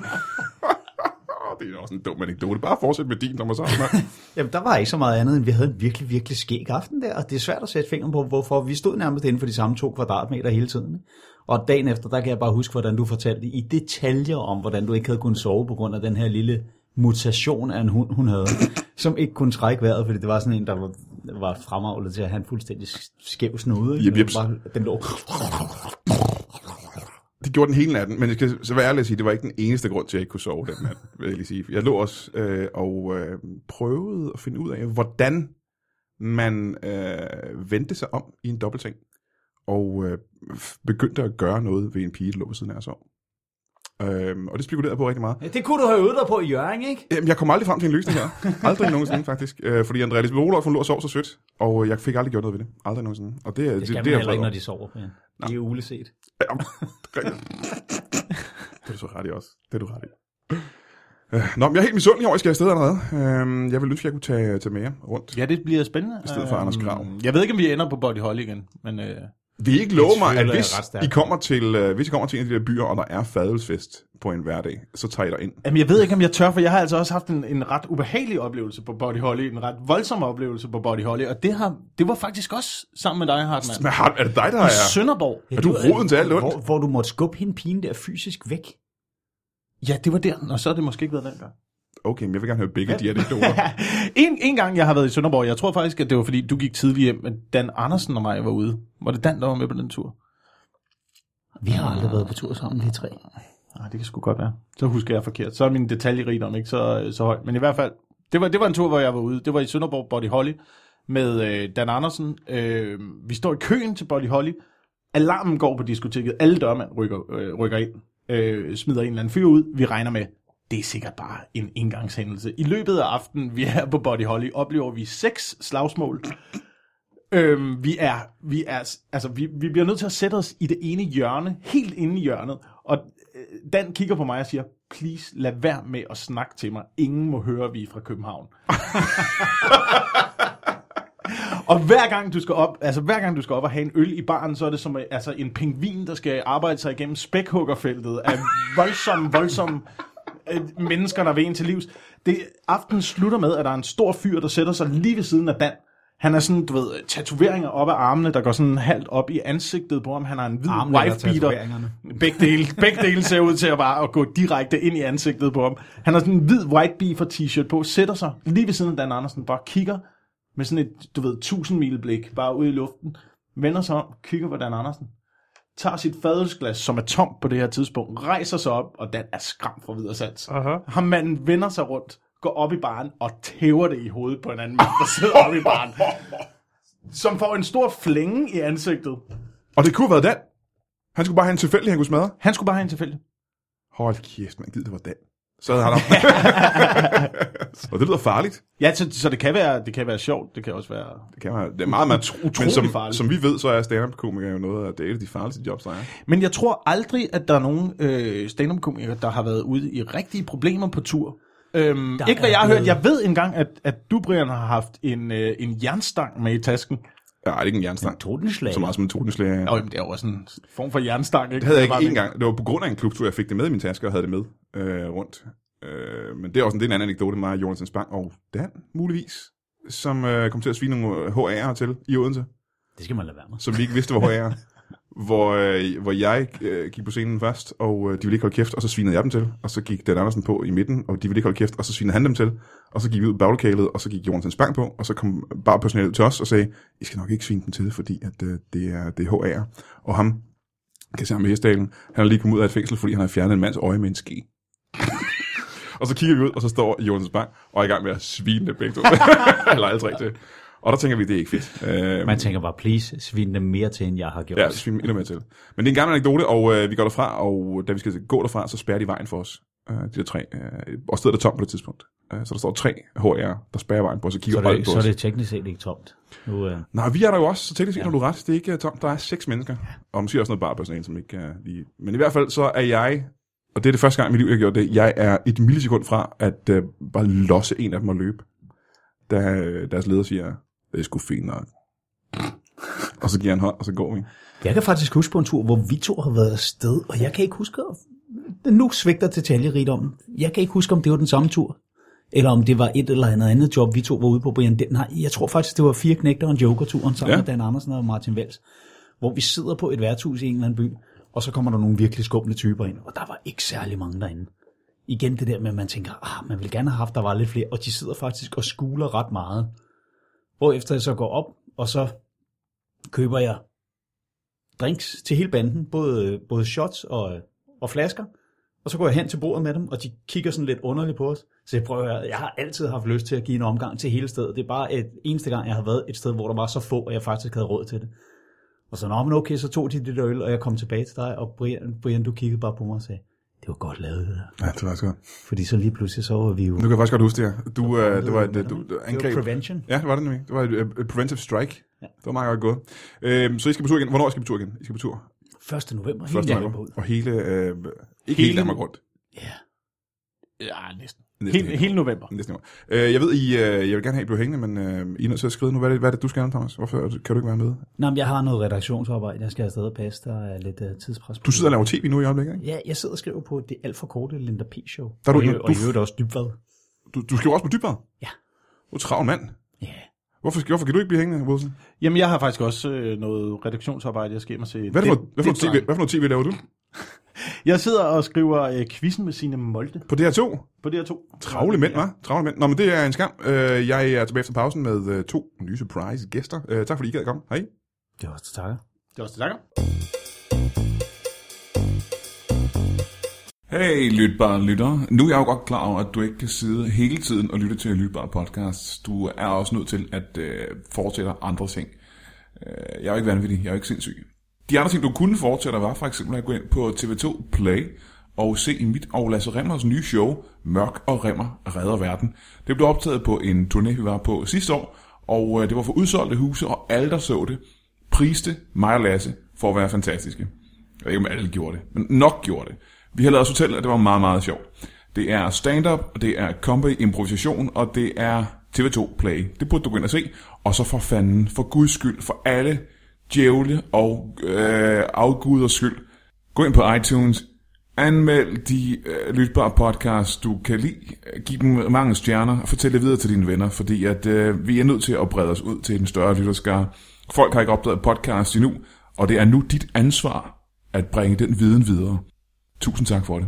S1: Åh, det er også en dum anekdote. Bare fortsæt med din, Thomas Hartmann.
S2: Jamen, der var ikke så meget andet, end vi havde en virkelig, virkelig skæg aften der, og det er svært at sætte fingeren på, hvorfor. Vi stod nærmest inden for de samme to kvadratmeter hele tiden. ikke? Og dagen efter, der kan jeg bare huske, hvordan du fortalte i detaljer om, hvordan du ikke havde kunnet sove på grund af den her lille mutation af en hund, hun havde, som ikke kunne trække vejret, fordi det var sådan en, der var, var fremavlet til at have en fuldstændig skæv snude. ikke?
S1: Jep, jeps.
S2: Den var- Den lå
S1: Det gjorde den hele natten, men jeg skal så være ærlig at sige, det var ikke den eneste grund til, at jeg ikke kunne sove den nat, vil jeg lige sige. Jeg lå også øh, og øh, prøvede at finde ud af, hvordan man øh, vendte sig om i en dobbeltseng, og øh, f- begyndte at gøre noget ved en pige, der lå ved siden af og sov. Øh, og det spekulerede jeg på rigtig meget.
S2: Ja, det kunne du have øvet dig på i Jørgen, ikke?
S1: Jamen, jeg kom aldrig frem til en løsning her. Aldrig nogensinde, faktisk. Øh, fordi Andrea Lisbeth Roloff, hun lå og sov så sødt, og jeg fik aldrig gjort noget ved det. Aldrig nogensinde. Og det,
S2: Det skal
S1: det,
S2: man
S1: er jeg
S2: heller
S1: vred
S2: ikke, når
S1: over.
S2: de sover. Ja. Det er uleset.
S1: Ja, (laughs) det er rigtigt. Det er du så ret i også. Det er du ret i. Øh, Nå, men jeg er helt misundelig over, at I skal afsted allerede. Øhm, Jeg vil ønske, at jeg kunne tage, tage med jer rundt.
S3: Ja, det bliver spændende. I
S1: stedet for Anders Grav.
S3: Jeg ved ikke, om vi ender på Body Holly igen, men øh,
S1: Vil I ikke love mig, at
S2: tvivler jeg
S1: hvis
S2: ret stærkt
S1: I, kommer til, øh, hvis I kommer til en af de der byer, og der er fadelsfest på en hverdag, så tager I dig ind.
S3: jamen, jeg ved ikke, om jeg tør, for jeg har altså også haft en, en ret ubehagelig oplevelse på Body Holly, en ret voldsom oplevelse på Body Holly, og det, har, det var faktisk også sammen med dig, Hartmann.
S1: Men har- er det dig, der
S3: I
S1: er...
S3: Sønderborg.
S1: Er du roden til alt ondt?
S2: Hvor, hvor du måtte skubbe hende pigen der fysisk væk.
S3: Ja, det var der, og så har det måske ikke været den gang.
S1: Okay, men jeg vil gerne høre begge de her anekdoter.
S3: en, en gang, jeg har været i Sønderborg, jeg tror faktisk, at det var fordi, du gik tidligt hjem, men Dan Andersen og mig var ude. Var det Dan, der var med på den tur?
S2: Vi har aldrig været på tur sammen, de tre.
S3: Nej, Ah, det kan sgu godt være. Så husker jeg forkert. Så er min detaljerigdom ikke så, øh, så høj. Men i hvert fald, det var, det var en tur, hvor jeg var ude. Det var i Sønderborg Body Holly med øh, Dan Andersen. Øh, vi står i køen til Body Holly. Alarmen går på diskoteket. Alle dørmænd rykker, øh, rykker ind. Øh, smider en eller anden fyr ud. Vi regner med, det er sikkert bare en engangshændelse. I løbet af aftenen, vi er på Body Holly, oplever vi seks slagsmål. Øhm, vi er, vi er, altså, vi, vi bliver nødt til at sætte os i det ene hjørne, helt inde i hjørnet, og øh, Dan kigger på mig og siger, please lad være med at snakke til mig. Ingen må høre, at vi er fra København. og hver gang du skal op, altså hver gang du skal op og have en øl i baren, så er det som øh, altså en pingvin, der skal arbejde sig igennem spækhuggerfeltet af voldsomme, (laughs) voldsomme øh, mennesker, der vil en til livs. Det, aften slutter med, at der er en stor fyr, der sætter sig lige ved siden af Dan. Han er sådan, du ved, tatoveringer op af armene, der går sådan halvt op i ansigtet på ham. Han har en hvid
S2: Armene eller
S3: wifebeater.
S2: tatoveringerne?
S3: Begge dele, begge dele ser ud til at bare at gå direkte ind i ansigtet på ham. Han har sådan en hvid white beaver t-shirt på, sætter sig lige ved siden af Dan Andersen, bare kigger med sådan et, du ved, 1000 mil blik, bare ud i luften, vender sig om, kigger på Dan Andersen, tager sit fadelsglas, som er tomt på det her tidspunkt, rejser sig op, og Dan er skræmt for videre sans. Uh-huh. Ham manden vender sig rundt, går op i baren og tæver det i hovedet på en anden mand, der sidder oppe i baren, som får en stor flænge i ansigtet.
S1: og det kunne have været Dan. Han skulle bare have en tilfældig, han kunne smadre.
S3: Han skulle bare have en tilfælde.
S1: Hold kæft, man gider det var Dan. Så havde han ham. (laughs) og det lyder farligt.
S3: Ja, så, så det, kan være, det kan være sjovt, det kan også være...
S1: Det kan man. Det er meget, meget Men som,
S3: farligt.
S1: som vi ved, så er stand-up-komiker jo noget af det er et af de farligste jobs, der er.
S3: Men jeg tror aldrig, at der er nogen øh, stand-up-komikere, der har været ude i rigtige problemer på tur. Øhm,
S2: Der
S3: ikke hvad
S2: er
S3: jeg har hørt.
S2: blevet-
S3: Jeg ved engang, at, at du, Brian, har haft en, øh, en jernstang med i tasken.
S1: Ja, det er ikke en jernstang.
S2: Totenslag.
S1: Så meget som en tordenslag.
S3: Nå, jamen, det er jo også en form for jernstang, ikke?
S1: Det havde jeg
S3: var
S1: ikke
S3: min-
S1: engang. Det var på grund af en klubtur, jeg fik det med i min taske og havde det med øh, rundt. Øh, øh, men det er også en, det er en anden anekdote, mig og Jonathan Spang og Dan, muligvis, som øh, kom til at svine nogle HR'er til i Odense,
S2: Det skal man lade være med.
S1: som vi ikke vidste var HR'er. hvor, øh, hvor jeg øh, gik på scenen først, og øh, de ville ikke holde kæft, og så svinede jeg dem til. Og så gik Dan Andersen på i midten, og de ville ikke holde kæft, og så svinede han dem til. Og så gik vi ud i baglokalet, og så gik Jonathan Spang på, og så kom barpersonalet til os og sagde, I skal nok ikke svine dem til, fordi at, øh, det, er, det er HR'er. Og ham, kan se ham i Hestdalen, han er lige kommet ud af et fængsel, fordi han har fjernet en mands øje med en ske. (laughs) Og så kigger vi ud, og så står Jonas Bang og er i gang med at svine det begge to. (laughs) Eller alle tre til. Og der tænker vi, det er ikke fedt. Øh,
S2: Man tænker bare, please, svin dem mere til, end jeg har gjort.
S1: ja, så sviner vi endnu mere til. Men det er en gammel anekdote, og øh, vi går derfra, og da vi skal gå derfra, så spærrer de vejen for os. Øh, de der tre. Øh, og stedet er tomt på det tidspunkt. Øh, så der står tre HR, der spærrer vejen på os og
S2: Så
S1: kigger
S2: er,
S1: øjet
S2: det,
S1: på
S2: så er
S1: os.
S2: det teknisk set ikke tomt. Nu, øh,
S1: Nej, vi er der jo også, så teknisk set har du ret. Det er ikke øh, tomt. Der er seks mennesker. Og måske også noget barpersonale, som ikke uh, lige... Men i hvert fald, så er jeg... Og det er det første gang i mit liv, jeg har gjort det. Jeg er et millisekund fra at uh, bare losse en af dem og løbe. Da øh, deres leder siger, det er sgu fint nok. og så giver han hånd, og så går vi.
S2: jeg kan faktisk huske på en tur, hvor vi to har været afsted, og jeg kan ikke huske, at- nu svigter detaljerigdommen. Jeg kan ikke huske, om det var den samme tur, eller om det var et eller andet andet job, vi to var ude på, Brian. Den, nej, jeg tror faktisk, det var fire knægter og en joker-turen sammen
S1: Ja.
S2: ja. med Dan Andersen og Martin Vels, hvor vi sidder på et værtshus i en eller anden by, og så kommer der nogle virkelig skumle typer ind, og der var ikke særlig mange derinde. Igen det der med, at man tænker, ah, man ville gerne have haft, der var lidt flere, og de sidder faktisk og skuler ret meget. Hvorefter jeg så går op, og så køber jeg drinks til hele banden, både, både shots og, og flasker. Og så går jeg hen til bordet med dem, og de kigger sådan lidt underligt på os. Så jeg prøver, jeg har altid haft lyst til at give en omgang til hele stedet. Det er bare et eneste gang, jeg har været et sted, hvor der var så få, at jeg faktisk havde råd til det. Og så, nå, men okay, så tog de det der øl, og jeg kom tilbage til dig, og Brian, Brian du kiggede bare på mig og sagde, det var godt lavet det der.
S1: Ja, det var så godt.
S2: Fordi så lige pludselig, så var vi jo...
S1: Nu kan jeg faktisk godt huske det her. Du, uh, det var et
S2: Det
S1: øh, du, du,
S2: var
S1: angreb.
S2: prevention.
S1: Ja, det var det nemlig. Det var et, øh, et preventive strike. Ja. Det var meget godt gået. Øhm, så I skal på tur igen. Hvornår skal I på tur igen? I skal på tur.
S2: 1. november, helt
S1: 1.
S2: landet
S1: november.
S2: på ud.
S1: Og hele... Øh, ikke hele
S3: Hele-
S1: Danmark rundt.
S2: Ja.
S3: Ja, næsten.
S1: Næsten
S3: Hele,
S1: helt.
S3: hele november.
S1: Næste nummer. Øh, jeg ved, I, øh, jeg vil gerne have, I bliver hængende, men øh, I er nødt til at skrive nu. Hvad er det, hvad er det du skal, Thomas? Hvorfor kan du ikke være med?
S2: Nå, men jeg har noget redaktionsarbejde, jeg skal afsted og passe, der er lidt uh, tidspres. på.
S1: Du sidder og laver tv nu i øjeblikket, ikke?
S2: Ja, jeg sidder og skriver på det alt for korte Linda P. Show.
S1: Der er du
S2: og, i-
S1: ikke-
S2: og i
S1: du-
S2: øvrigt også dybvad.
S1: Du, du skal jo også på dybere.
S2: Ja.
S1: Du er travl mand.
S2: Ja.
S1: Hvorfor, skal- hvorfor kan du ikke blive hængende, Wilson?
S3: Jamen, jeg har faktisk også øh, noget redaktionsarbejde, jeg skal hjem og se.
S1: Hvad for,
S3: Det-
S1: noget- hvad, for noget TV,
S3: det-
S1: hvad for noget tv laver du?
S3: Jeg sidder og skriver øh, quizzen med sine Molde
S1: På DR2?
S3: på DR2.
S1: Travle mænd, hva'? Travle mænd. Nå, men det er en skam. Øh, jeg er tilbage efter pausen med øh, to nye surprise-gæster. Øh, tak fordi I gad komme. Hej.
S2: Det var også takker.
S3: Det er også det, takker.
S4: Hey, lytbare lytter. Nu er jeg jo godt klar over, at du ikke kan sidde hele tiden og lytte til lytbare podcasts. Du er også nødt til at øh, fortsætte andre ting. Øh, jeg er jo ikke vanvittig, jeg er jo ikke sindssyg. De andre ting, du kunne fortsætte, var for eksempel at gå ind på TV2 Play og se mit og Lasse Remmers nye show, Mørk og Remmer redder verden. Det blev optaget på en turné, vi var på sidste år, og øh, det var for udsolgte huse, og alle, der så det, priste mig og Lasse for at være fantastiske. Jeg ved ikke, om alle gjorde det, men nok gjorde det. Vi har lavet os fortælle, at det var meget, meget sjovt. Det er stand-up, og det er comedy improvisation, og det er TV2 Play. Det burde du gå ind og se. Og så for fanden, for guds skyld, for alle djævle og øh, afguders skyld, gå ind på iTunes, anmeld de øh, lytbare podcasts, du kan lide, giv dem mange stjerner, og fortæl det videre til dine venner, fordi at øh, vi er nødt til at brede os ud til den større lytterskare. Folk har ikke opdaget podcast endnu, og det er nu dit ansvar at bringe den viden videre. Tusind tak for det.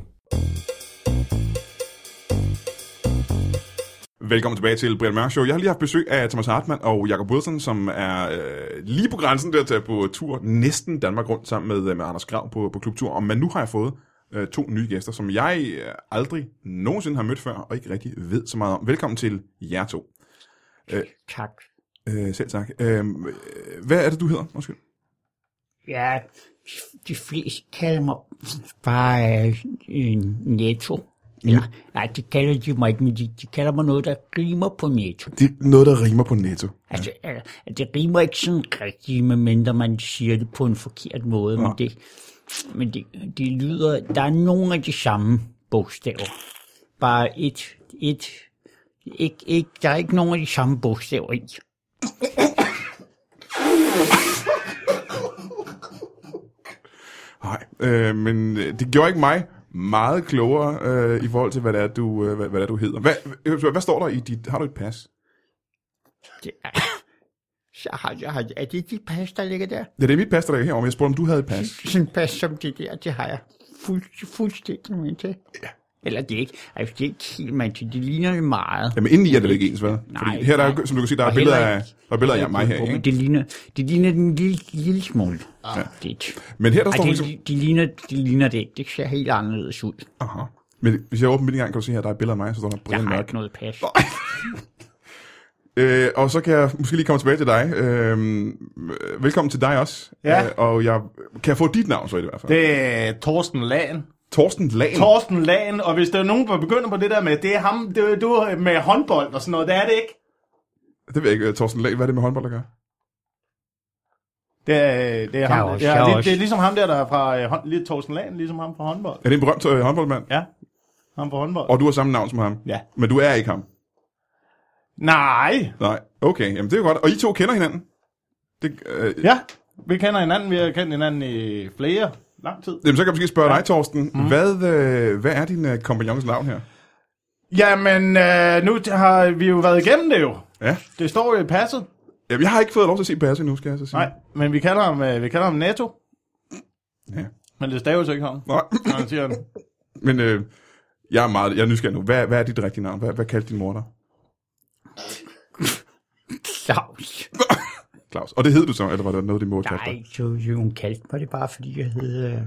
S1: Velkommen tilbage til Brian Mørk Show. Jeg har lige haft besøg af Thomas Hartmann og Jakob Wilson, som er øh, lige på grænsen til at tage på tur næsten Danmark rundt sammen med, øh, med Anders Grav på, på klubtur. Og, men nu har jeg fået øh, to nye gæster, som jeg øh, aldrig nogensinde har mødt før og ikke rigtig ved så meget om. Velkommen til jer to.
S2: Tak.
S1: Øh, selv tak. Øh, hvad er det, du hedder? Undskyld.
S5: Ja, de fleste kalder mig bare øh, en netto. Eller, nej, det kalder de mig ikke, men de, de kalder mig noget, der rimer på netto.
S1: Det er noget, der rimer på netto.
S5: Altså, øh, det rimer ikke sådan rigtigt, medmindre man siger det på en forkert måde. Men, det, men det, det lyder... Der er nogle af de samme bogstaver. Bare et... et ikke, ikke, der er ikke nogen af de samme bogstaver i.
S1: Nej, øh, men øh, det gjorde ikke mig meget klogere øh, i forhold til, hvad det er, du, øh, hvad, hvad det er, du hedder. Hvad, øh, hvad, hvad står der i dit... Har du et pas?
S2: Det er, så har jeg, har, er det de pas, der ligger der?
S1: Ja, det er mit pas, der ligger herovre, men jeg spurgte, om du havde et pas.
S2: Sådan et pas som det der, det har jeg fuld, fuldstændig med til. Ja. Eller det er ikke, altså det er ikke helt man til, det ligner jo meget.
S1: Jamen, indeni er det ikke ens, vel?
S2: Nej,
S1: her, der er,
S2: nej.
S1: jo- som du kan se, der er
S2: Og
S1: billeder
S2: heller
S1: af, der er billeder af mig her,
S2: Jo, men
S1: ikke?
S2: det ligner, det ligner den lille, lille smule. Ja. Det.
S1: Men her, der
S2: Ej,
S1: står...
S2: det,
S1: Ligesom,
S2: de, de, ligner, de ligner det ikke. Det ser helt anderledes ud.
S1: aha. Men hvis jeg åbner min gang, kan du se her, der er billeder af mig, så står der
S2: Jeg
S1: Brian
S2: har
S1: Mørk.
S2: ikke noget pas.
S1: Øh, og så kan jeg måske lige komme tilbage til dig. Øh, velkommen til dig også.
S3: Ja.
S1: Øh, og jeg, kan jeg få dit navn så i det hvert fald? Det.
S3: Det er Torsten Lagen.
S1: Torsten Lagen. Tor-
S3: Torsten Lagen, og hvis der er nogen, der begynder på det der med, det er ham, det er, du er med håndbold og sådan noget, det er det ikke.
S1: det ved jeg ikke, øh, Torsten Lagen. Hvad er det med håndbold at gøre?
S3: Det er, det er ham.
S2: også-
S3: ja,
S2: der er
S3: det,
S2: også-
S3: det, er ligesom ham der, der er fra øh, hånd, lige Torsten Lagen, ligesom ham fra håndbold.
S1: Er det en berømt øh, håndboldmand?
S3: Ja, ham fra håndbold.
S1: Og du har samme navn som ham?
S3: Ja.
S1: Men du er ikke ham?
S3: Nej,
S1: Nej. Okay, jamen det er jo godt. Og I to kender hinanden? Det, øh, ja.
S3: ja, vi kender hinanden, vi har kendt hinanden i flere, lang tid.
S1: Jamen så kan jeg måske spørge ja. dig, Torsten. Mm. Hvad, øh, hvad er din øh, kompagnons navn her?
S3: Jamen, øh, nu har vi jo været igennem det jo.
S1: Ja.
S3: Det står jo i passet.
S1: Jamen, jeg har ikke fået lov til at se passet endnu, skal jeg så sige.
S3: Nej, men vi kalder ham, øh, vi kalder ham Netto.
S1: Ja.
S3: Men det staves ikke ham.
S1: Nej. (laughs)
S3: Han siger, han,
S1: Men øh, jeg er meget jeg er nysgerrig nu. Hvad, hvad er dit rigtige navn? Hvad, hvad kaldte din mor dig? (coughs)
S2: Claus.
S1: Claus. Og det hed du så, eller var det noget, din mor kaldte dig?
S2: Nej, så, så hun kaldte mig det bare, fordi jeg hed... Øh,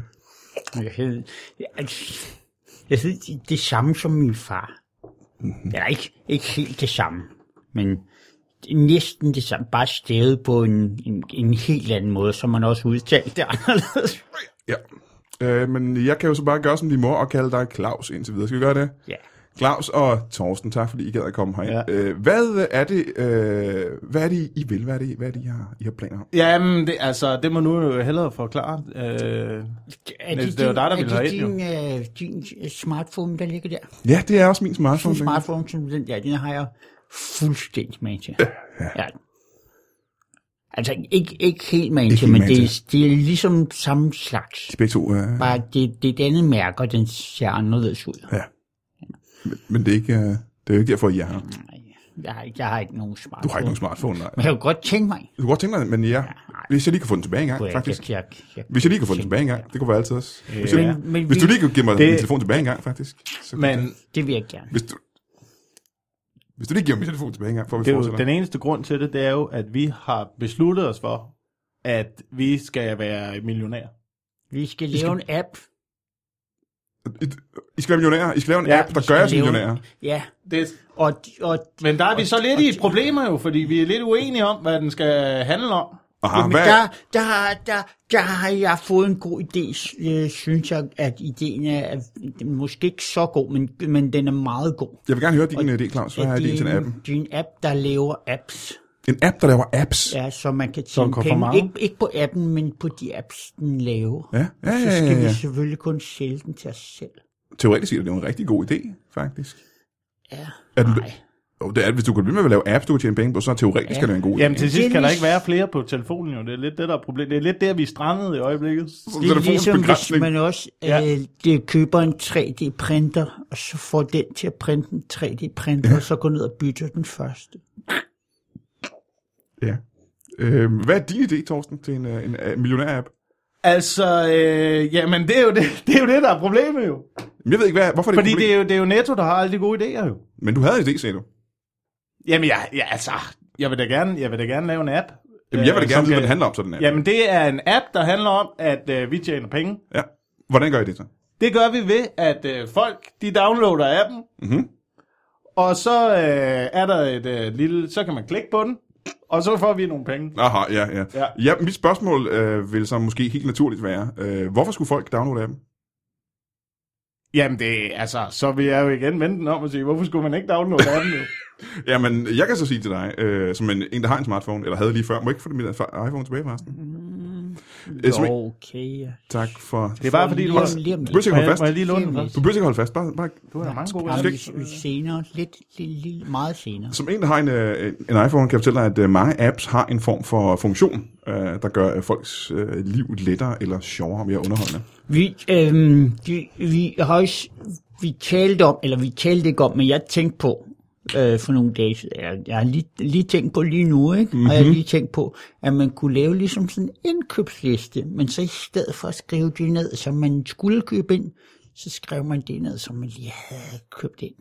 S2: jeg hed, altså, jeg hed det, det samme som min far.
S1: Mhm.
S2: Eller ikke, ikke helt det samme, men det- næsten det samme, bare stedet på en, en, en helt anden måde, som man også udtalte det anderledes.
S1: Ja. Øh, men jeg kan jo så bare gøre som din mor og kalde dig Claus indtil videre. Skal vi gøre det?
S2: Ja.
S1: Claus og Torsten, tak fordi I gad at komme herind. Ja.
S3: Ja.
S1: Øh, hvad er det, øh, hvad er det, I vil? Hvad er det, hvad er det I, har, I har planer om?
S3: Jamen, det, altså, det må nu jo hellere forklare. Øh,
S2: Er
S3: Niels, det var dig, der ville
S2: er det
S3: herind,
S2: din, øh, din øh, smartphone, der ligger der?
S1: Ja, det er også min smartphone.
S2: Din
S1: ikke?
S2: smartphone, som den der, den har jeg fuldstændig med til. Ja. Altså, ikke, ikke helt med til,
S1: helt
S2: men
S1: med
S2: det, er,
S1: til.
S2: det er ligesom samme slags.
S1: De begge to, øh,
S2: Bare det, det er et andet mærke, og den ser anderledes ud.
S1: ja. Men, men det, er ikke, øh, det er jo ikke derfor, I er her.
S2: Nej, jeg har, ikke- jeg har ikke nogen smartphone.
S1: Du har ikke nogen smartphone, nej.
S2: Men jeg kunne godt tænke mig.
S1: Du kunne godt tænke dig, men ja, hvis jeg lige kan få den tilbage engang,
S2: Kunne jeg-
S1: faktisk.
S2: Jeg, jeg, jeg,
S1: Hvis jeg lige kan få den tilbage engang, det kunne være altid også. Hvis,
S2: men,
S1: jeg,
S2: men
S1: hvis
S2: vi,
S1: du lige kan give mig
S3: Det-
S1: min telefon tilbage engang, faktisk. Så kunne
S3: men
S1: det-
S2: Det vil jeg gerne.
S1: Hvis du, hvis du lige giver mig min telefon tilbage engang, får vi
S3: det er jo,
S1: fortsætter.
S3: den eneste grund til det, det er jo, at vi har besluttet os for, at vi skal være millionærer.
S2: Vi skal lave en app.
S1: I- I skal være millionærer. I skal lave en
S3: Ja,
S1: app, der gør jer til
S2: Lave en-
S1: millionærer.
S2: Ja,
S3: Det,
S2: og, og
S3: men der er vi så lidt i et problemer jo, fordi vi er lidt uenige om, hvad den skal handle om.
S1: Aha,
S2: Jamen,
S1: Ah, hvad,
S2: der, der, der, der har jeg fået en god idé, øh, synes jeg, at ideen er, er måske ikke så god, men, men den er meget god.
S1: jeg vil gerne høre din idé, Claus. Hvad er
S2: At
S1: idéen til en appen?
S2: Det er en app, der laver apps,
S1: En app, der laver apps. Ja,
S2: ja, så man kan tjene
S3: kommer for
S2: penge.
S3: meget?
S2: Ikke, ikke på appen, men på de apps, den laver.
S1: ja, ja.
S2: Så
S1: ja,
S2: skal
S1: ja,
S2: vi
S1: ja.
S2: selvfølgelig kun sælge den til os selv.
S1: Teoretisk set er det jo en rigtig god idé, faktisk.
S2: Ja,
S1: Er den-
S2: nej.
S1: Jo, det er, hvis du kunne blive ved med at lave apps, du kan tjene penge på, så teoretisk ja. er det jo en god idé.
S3: Jamen til sidst kan der
S2: Dennis-
S3: ikke være flere på telefonen jo. Det er lidt det, der er problemet. Det er lidt der, vi er strandet i øjeblikket.
S1: Så
S2: Det er
S1: telefonens
S2: ligesom, hvis
S1: begrænsning.
S2: man også
S3: Ja.
S2: ja. øh, det køber en 3D-printer, og så får den til at printe en 3D-printer, ja. og så går ned og bytter den første.
S1: Ja. Øhm, hvad er din idé, Torsten, til en, øh, en, øh, millionær-app?
S3: Altså, øh, jamen det er, jo det, det er jo det, der er problemet jo.
S1: Jamen, Jeg ved ikke, hvad, hvorfor er det
S3: Fordi
S1: et
S3: det
S1: problem?
S3: er jo, det er jo Netto, der har alle de gode idéer jo.
S1: Men du havde en idé, sagde du.
S3: Jamen, jeg, ja, altså, jeg vil da gerne, jeg vil da gerne lave en app.
S1: Jamen, jeg vil da
S3: øh,
S1: gerne
S3: som
S1: vide, hvad
S3: kan-
S1: den handler om, så den app.
S3: Jamen, det er en app, der handler om, at øh, vi tjener penge.
S1: Ja. Hvordan gør I det så?
S3: Det gør vi ved, at øh, folk, de downloader appen.
S1: Mhm.
S3: Og så øh, er der et øh, lille, så kan man klikke på den, og så får vi nogle penge.
S1: Aha, ja, ja.
S3: Ja.
S1: Ja, mit spørgsmål øh, vil så måske helt naturligt være, øh, hvorfor skulle folk downloade appen?
S3: Jamen, det er- altså, så vil jeg jo igen vente den om og sige, hvorfor skulle man ikke downloade appen
S1: (laughs)
S3: jo?
S1: Jamen, jeg kan så sige til dig, øh, som en, en, der har en smartphone, eller havde lige før, må jeg ikke få min iPhone tilbage, Marsten? Esme,
S2: Okay.
S1: tak for...
S3: Mm. Det er bare fordi, du har...
S2: Lige om
S1: Du behøver
S2: lidt.
S1: ikke
S3: Må
S1: holde
S3: jeg,
S1: fast.
S3: må jeg lige låne den
S2: Jamen,
S3: først?
S1: Du behøver ikke holde fast. Bare, bare,
S3: Du har da mange gode
S2: Jamen,
S3: idéer.
S2: s- senere, lidt, lidt, lidt, meget senere.
S1: som en, der har en, øh, en iPhone, kan jeg fortælle dig, at øh, mange apps har en form for funktion, øh, der gør øh, folks øh, liv lettere eller sjovere og mere underholdende.
S2: Vi, øhm, de, vi, har også, vi talte om, eller vi talte ikke om, men jeg tænkte på øh, for nogle dage siden, eller jeg har lige, lige tænkt på lige nu, ikke? Mm-hmm. og jeg har lige tænkt på, at man kunne lave ligesom sådan en indkøbsliste, men så i stedet for at skrive det ned, som man skulle købe ind, så skrev man det ned, som man lige havde købt ind.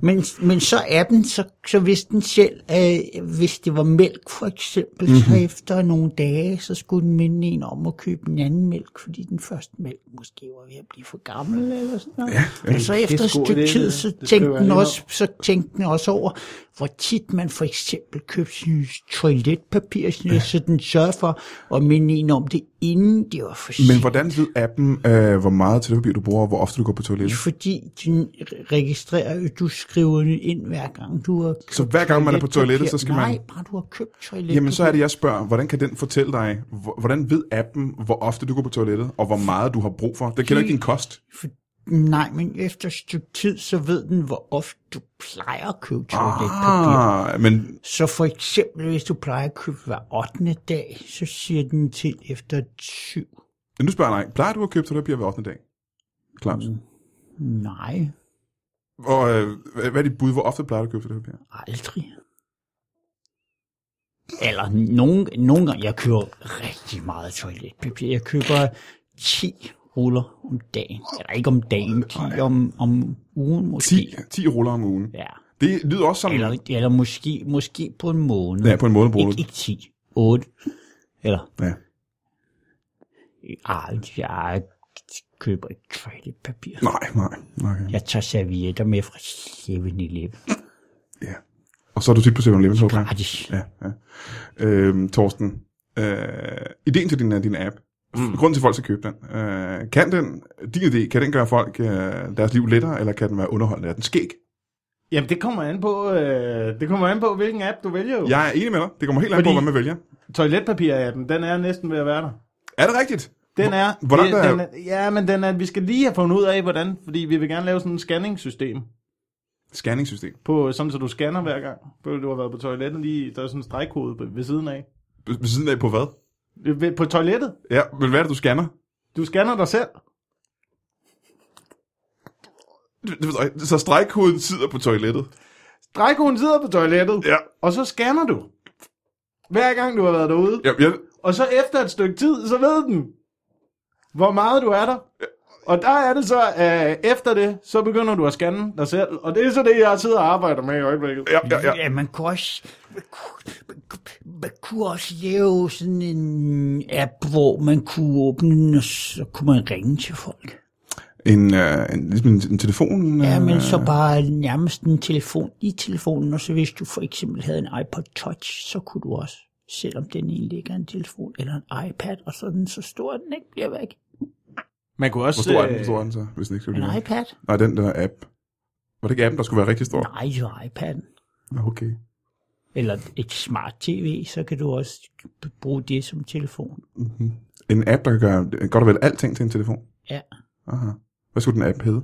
S2: Men, men så appen, så, så vidste den selv, at hvis det var mælk for eksempel, mm-hmm. så
S3: Mhm.
S2: efter nogle dage, så skulle den minde en om at købe en anden mælk, fordi den første mælk måske var ved at blive for gammel eller sådan noget. Ja, ja. Og så efter et
S3: sgu-
S2: stykke
S3: det-
S2: tid,
S3: det
S2: så
S3: skriver
S2: tænkte,
S3: jeg
S2: den
S3: lige
S2: også, så tænkte den også over, hvor tit man for eksempel købte sin toiletpapir, sådan noget, så den sørger for at minde en om det, inden det var for sent.
S1: Men hvordan ved appen, øh, hvor meget toiletpapir du bruger, og hvor ofte du går på toilettet?
S2: Fordi den registrerer jo, du skriver det ind hver gang, du har købt
S1: Så hver gang man er på toilettet, så skal
S2: toiletpapir.
S1: man-
S2: Nej, bare du har købt toiletpapir.
S1: Jamen, så er det, jeg spørger, hvordan kan den fortælle dig, hvor- hvordan ved appen, hvor ofte du går på toilettet, og hvor meget du har brug for? Den kender ikke din kost.
S2: Nej, men efter et stykke tid, så ved den, hvor ofte du plejer at købe toiletpapir. Ah.
S1: Ah, men
S2: Så for eksempel, hvis du plejer at købe hver 8. dag, så siger den til efter 7.
S1: men du spørger dig, plejer du at købe toiletpapir hver 8. dag? Claus. Mm.
S2: Nej,
S1: Og øh, hvad hvad er dit bud, hvor ofte plejer du at købe toiletpapir?
S2: aldrig. Eller nogle, nogle gange, jeg køber rigtig meget toiletpapir. Jeg køber 10 ruller om dagen. Eller ikke om dagen, 10 om, om ugen måske.
S1: 10, 10 ruller om ugen.
S2: Ja.
S1: Det lyder også som...
S2: Eller, eller måske, måske på en måned.
S1: Ja, på en måned bruger du
S2: Ikke, ikke 10, 8. Eller,
S1: Ja.
S2: ah, jeg køber ikke toiletpapir.
S1: Nej, nej. Okay.
S2: Jeg tager servietter med fra 7-Eleven.
S1: Ja. Og så er du tit på 7-Eleven, så jeg.
S2: Gratis.
S1: Ja, ja. Øhm, Torsten, øh, ideen til din, øh, din app, mm. grunden til, at folk skal købe den, øh, kan den, din idé, kan den gøre folk øh, deres liv lettere, eller kan den være underholdende? Er den skæg?
S3: Jamen, det kommer an på, øh, det kommer an på, hvilken app du vælger jo. Ja.
S1: Jeg er enig med dig. Det kommer helt an på,
S3: Fordi-
S1: hvad man vælger.
S3: Toiletpapir-appen, den er næsten ved at være der.
S1: Er det rigtigt?
S3: Den er,
S1: hvordan
S3: det,
S1: der-
S3: den er, ja, men den er, vi skal lige have fundet ud af, hvordan, fordi vi vil gerne lave sådan et scanningssystem,
S1: Scanningssystem.
S3: på, sådan så du scanner hver gang, før du har været på toilettet, lige, der er sådan en stregkode på- ved siden af.
S1: Ved ved siden af på hvad?
S3: Øh, ved- På toilettet,
S1: Ja, men hvad er det, du scanner?
S3: du scanner dig selv.
S1: Det- det forstår jeg ikke. Så stregkoden sidder på toilettet.
S3: Stregkoden sidder på toilettet,
S1: Ja,
S3: og så scanner du. Hver gang du har været derude.
S1: ja, ja.
S3: Og så efter et stykke tid, så ved den, hvor meget du er der. Og der er det så, øh, efter det, så begynder du at scanne dig selv. Og det er så det, jeg sidder og arbejder med i øjeblikket.
S1: ja, ja, ja.
S2: Ja, man kunne også, man kunne, man kunne, man kunne også lave sådan en app, hvor man kunne åbne den, og så kunne man ringe til folk.
S1: En, øh, en, ligesom en, en telefon.
S2: Ja,
S1: øh,
S2: men så bare nærmest en telefon i telefonen, og så hvis du for eksempel havde en iPod Touch, så kunne du også, selvom den egentlig ikke er en telefon, eller en iPad, og så er den så stor, at den ikke bliver væk.
S3: Man kunne også...
S1: Hvor stor er den, hvor
S2: Øh,
S1: stor er den så, hvis den ikke skal blive
S2: En
S1: ved?
S2: iPad?
S1: Nej, den der app. Var det ikke appen, der skulle være rigtig stor?
S2: Nej, det var iPad'en.
S1: Nå, Okay.
S2: Eller et smart tv, så kan du også bruge det som telefon.
S1: En app, der kan gøre godt og vel alting til en telefon.
S2: Ja.
S1: Aha. Hvad skulle den app hedde?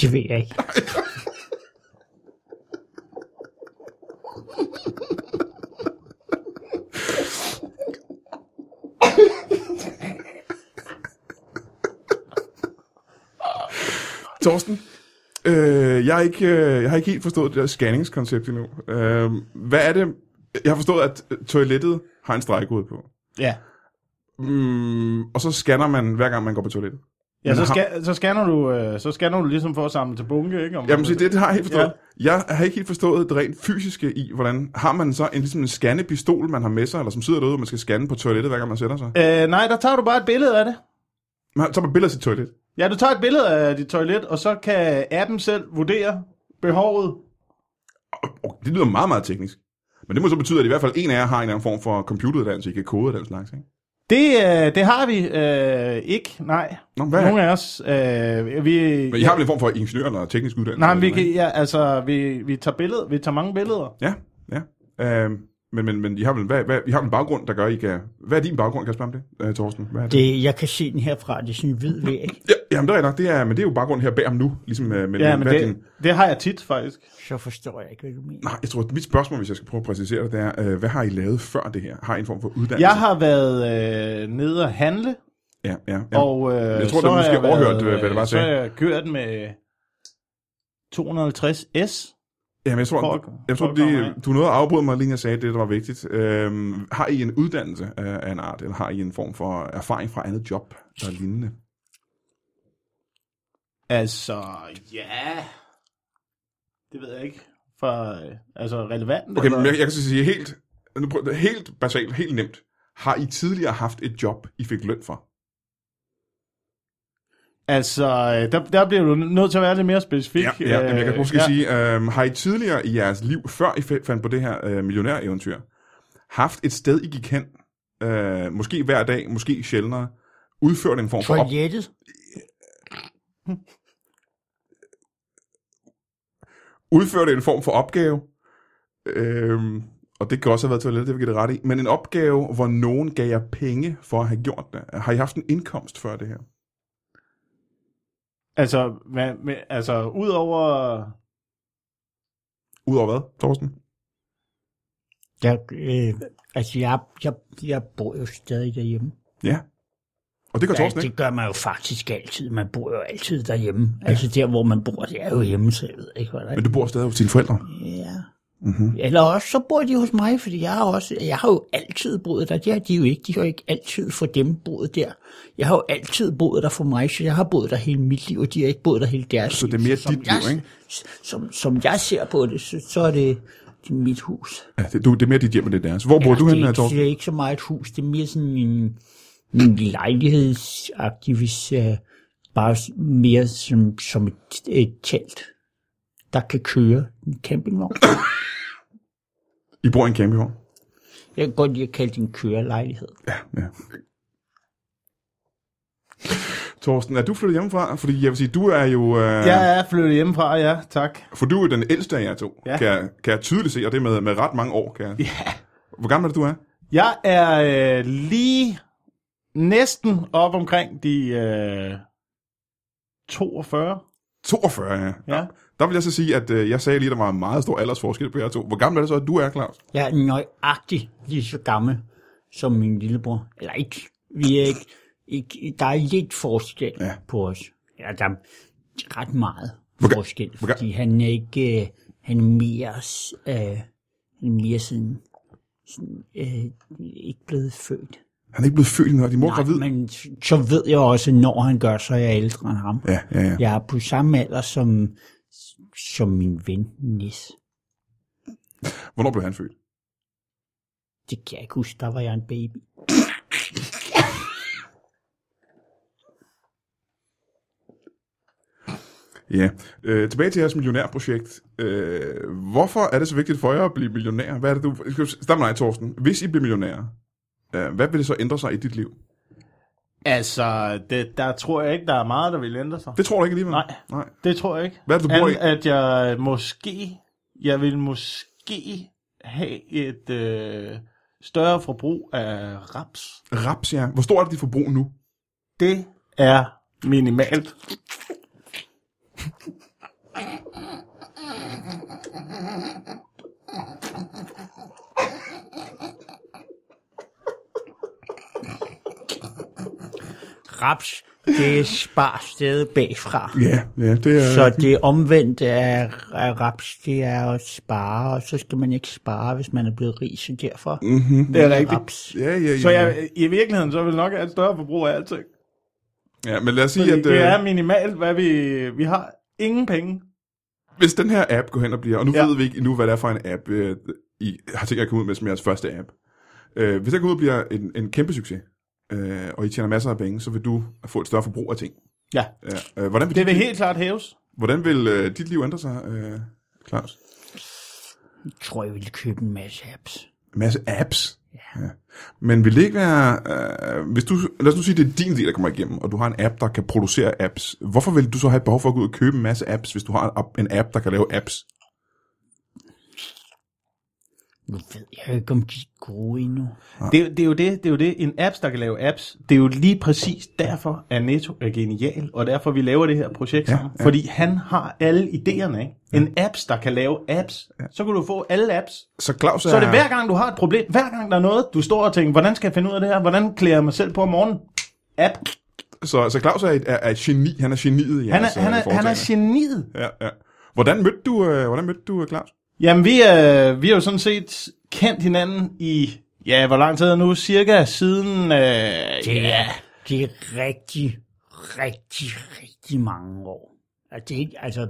S2: Det ved jeg ikke.
S1: Torsten, øh, jeg, er ikke, øh, jeg har ikke helt forstået det der scanningskoncept endnu. Øh, hvad er det? Jeg har forstået, at toilettet har en stregkode på.
S3: øh, Ja.
S1: Mm, og så scanner man, hver gang man går på toilettet.
S3: Ja, så,
S1: Men har-
S3: skal, så, scanner du, øh, så scanner du ligesom for at samle til bunke, ikke? Om
S1: Jamen, se, det, det har jeg helt forstået. Ja. Jeg har ikke helt forstået det rent fysiske i, hvordan har man så en, ligesom en scannepistol, man har med sig, eller som sidder derude, og man skal scanne på toilettet, hver gang man sætter sig?
S3: Øh, nej, der tager du bare et billede af det.
S1: Man tager man billeder af sit toilet.
S3: Ja, du tager et billede af dit toilet, og så kan appen selv vurdere behovet.
S1: Oh, det lyder meget, meget teknisk. Men det må så betyde, at i hvert fald en af jer har en eller anden form for computeruddannelse, I kan kode og den slags, ikke?
S3: Det, øh, det har vi øh, ikke, nej.
S1: Nå, hvad?
S3: Nogle af os. Øh, vi,
S1: Men I har vel en form for ingeniør eller teknisk uddannelse?
S3: Nej, men vi,
S1: eller noget,
S3: kan, ja, altså, vi, vi, tager billeder, vi tager mange billeder.
S1: ikke? Ja, ja. Øhm, men, men, men I har vel hvad, hvad, I har vel en baggrund, der gør, I kan... Hvad er din baggrund, kan jeg spørge om det, øh, Thorsten? Hvad er det?
S2: Det, jeg kan se den herfra, det er sådan en hvid væg.
S1: Ja, jamen, det er rigtigt nok. Det er, men det er jo baggrunden her bag om nu. Ligesom, øh, men,
S3: Ja, men
S1: hvad er din-
S3: det, det har jeg tit, faktisk.
S2: Så forstår jeg ikke, hvad du mener.
S1: Nej, jeg tror, at mit spørgsmål, hvis jeg skal prøve at præcisere det, det er, øh, hvad har I lavet før det her? Har I en form for uddannelse?
S3: Jeg har været øh, nede og handle,
S1: Ja, ja, ja.
S3: Jamen, og øh,
S1: jeg tror,
S3: så
S1: du
S3: har
S1: måske
S3: jeg været,
S1: overhørte, hvad
S3: øh,
S1: det var, jeg
S3: Så har
S1: sagde.
S3: jeg kørt med 250S.
S1: Jamen, jeg tror,
S3: Folk-
S1: jeg tror
S3: folk kommer
S1: det, du nåede at afbryde mig, lige inden jeg sagde det, der var vigtigt. Øhm, har I en uddannelse af af en art, eller har I en form for erfaring fra andet job, der er lignende?
S3: Altså, ja... Det ved jeg ikke. For, øh, altså, relevant.
S1: Okay,
S3: eller-
S1: men jeg, jeg kan så sige helt, nu prøv, helt basalt, helt nemt. Har I tidligere haft et job, I fik løn for?
S3: Altså, øh, der, der bliver du nødt til at være lidt mere specifik.
S1: Ja, ja
S3: Øh,
S1: jamen, jeg kan måske
S3: ja.
S1: ja. sige, øhm, har I tidligere i jeres liv, før I fa- fandt på det her øh, millionæreventyr, haft et sted, I gik hen, øh, måske hver dag, måske sjældnere, udført en form for op-
S2: Toilettet?
S1: udførte en form for opgave, øhm, og det kan også have været toilettet, det vil jeg give det ret i, men en opgave, hvor nogen gav jer penge for at have gjort det. Har I haft en indkomst før det her?
S3: Altså, man, men, altså udover...
S1: Udover hvad, Thorsten?
S2: Der, øh, altså, jeg, jeg, jeg bor jo stadig derhjemme.
S1: Ja. Og det gør
S2: Ja,
S1: Thorsten ikke?
S2: det gør man jo faktisk altid. Man bor jo altid derhjemme. Altså, der hvor man bor, det er jo hjemme, så jeg ved ikke, hvordan.
S1: Men du bor stadig hos dine forældre? Mhm.
S2: Ja. Mm-hmm. Eller også, så bor de hos mig, fordi jeg har, også, jeg har jo altid boet der. Det har de jo ikke. De har jo ikke altid for dem boet der. Jeg har jo altid boet der for mig, så jeg har boet der hele mit liv, og de har ikke boet der hele deres
S1: Så det er mere
S2: som
S1: dit
S2: jeg,
S1: liv, ikke?
S2: s- Som, som jeg ser på det, så, så er det, det er mit hus.
S1: Ja, det, du, det er mere dit hjem, end det er deres. Hvor bor du
S2: Altså, det,
S1: henne, øh,
S2: er ikke,
S1: Thorsten?
S2: det er ikke så meget et hus, det er mere sådan en, en lejlighedsagtig, hvis uh, bare s- mere som, som et, et telt, der kan køre en campingvogn.
S1: I bor i en campingvogn?
S2: Jeg kan godt lide at kalde det en kørelejlighed.
S1: Ja. Thorsten, er du flyttet hjemmefra? Fordi jeg vil sige, du er jo... Øh,
S3: Øh. Jeg er flyttet hjemmefra, ja, tak.
S1: For du er jo den ældste af jer to,
S3: Ja.
S1: kan, jeg- kan jeg tydeligt se, og det er med, med ret mange år. Kan jeg.
S3: Ja.
S1: Hvor gammel er det, du er?
S3: Jeg er øh, lige næsten op omkring de øh, 42.
S1: 42, ja.
S3: Ja.
S1: Der vil jeg så sige, at øh, jeg sagde lige, at der var en meget stor aldersforskel på jer to. Hvor gammel er det så, at du er, Claus?
S2: Jeg er nøjagtig lige så gammel som min lillebror. Eller ikke. Vi er ikke, ikke der er lidt forskel
S1: Ja.
S2: ja. på os. Ja, der er ret meget
S1: Hvor-
S2: forskel,
S1: hvor-
S2: fordi han er ikke... Øh, han er mere, s- øh, han er mere sådan, sådan øh, ikke blevet født.
S1: Han er ikke blevet født endnu, og din mor er gravid.
S2: men s- så ved jeg også, når han gør, så er jeg ældre end ham.
S1: Ja, ja, ja.
S2: Jeg er på samme alder som, som min ven Nis.
S1: Hvornår blev han født?
S2: Det kan jeg ikke huske, der var jeg en baby.
S1: Ja. Øh, tilbage til jeres millionærprojekt. Øh, hvorfor er det så vigtigt for jer at blive millionær? Hvad er det, du... Skal du- Stam nej, Thorsten. Hvis I bliver millionærer, øh, hvad vil det så ændre sig i dit liv?
S3: Altså, det, der tror jeg ikke, der er meget, der vil ændre sig.
S1: Det tror du ikke alligevel?
S3: Nej.
S1: nej.
S3: Det tror jeg ikke.
S1: Hvad er det, du bor i?
S3: Andet, at jeg måske, jeg vil måske have et øh, større forbrug af raps.
S1: Raps, ja. Hvor stor er det, de forbrug nu?
S3: Det er minimalt.
S2: Raps, det er sparstedet bagfra.
S1: Ja, ja det er...
S2: Så det omvendt af, af raps, det er at spare, og så skal man ikke spare, hvis man er blevet rig, så derfor
S1: Mm. Mhm.
S3: Det er rigtigt.
S2: raps.
S1: Ja, ja, ja.
S3: Så jeg, i virkeligheden, så vil nok have et større forbrug af alting.
S1: ja men lad os sige,
S3: Fordi
S1: at...
S3: det
S1: øh,
S3: er minimalt, hvad vi... Vi har ingen penge.
S1: Hvis den her app går hen og bliver, og nu ja.
S3: Ja.
S1: ved vi ikke endnu, hvad det er for en app, øh, I har tænkt jer at komme ud med som jeres første app. Øh, hvis den går ud og bliver en, en kæmpe succes, øh, og I tjener masser af penge, så vil du få et større forbrug af ting.
S3: Ja.
S1: Ja, øh, hvordan vil,
S3: Det
S1: dit,
S3: vil
S1: liv,
S3: helt klart hæves.
S1: hvordan vil øh, dit liv ændre sig, øh, Claus?
S2: Jeg tror, jeg ville købe en masse apps.
S1: En masse apps? Men vil det ikke være, øh, hvis du, lad os nu sige, det er din del, der kommer igennem, og du har en app, der kan producere apps. Hvorfor vil du så have behov for at gå ud og købe en masse apps, hvis du har en app- en app, der kan lave apps?
S2: Nu ved jeg ikke, om de er gode endnu.
S3: Det, det, er jo det, det er jo det. En apps, der kan lave apps, det er jo lige præcis derfor, at Netto er genial, og derfor vi laver det her projekt
S1: Ja,
S3: sammen. Ja, ja. Fordi han har alle idéerne, ikke? En apps, der kan lave apps, ja. så kan du få alle apps.
S1: Så Claus er...
S3: Så er det hver gang, du har et problem, hver gang der er noget, du står og tænker, hvordan skal jeg finde ud af det her? Hvordan klæder jeg mig selv på om morgenen? App.
S1: Så, så Claus er et, er, er et geni, han er geniet i
S3: Han
S1: jeres,
S3: er,
S1: øh,
S3: han er, han er
S1: foretagende.
S3: geniet.
S1: Ja, ja. Hvordan mødte du, øh, hvordan mødte du øh, Claus?
S3: Jamen, vi, øh, vi har jo sådan set kendt hinanden i, ja, hvor lang tid er det nu? Cirka siden, øh,
S2: Det er, det er rigtig, rigtig, rigtig mange år. Altså, det er ikke, altså,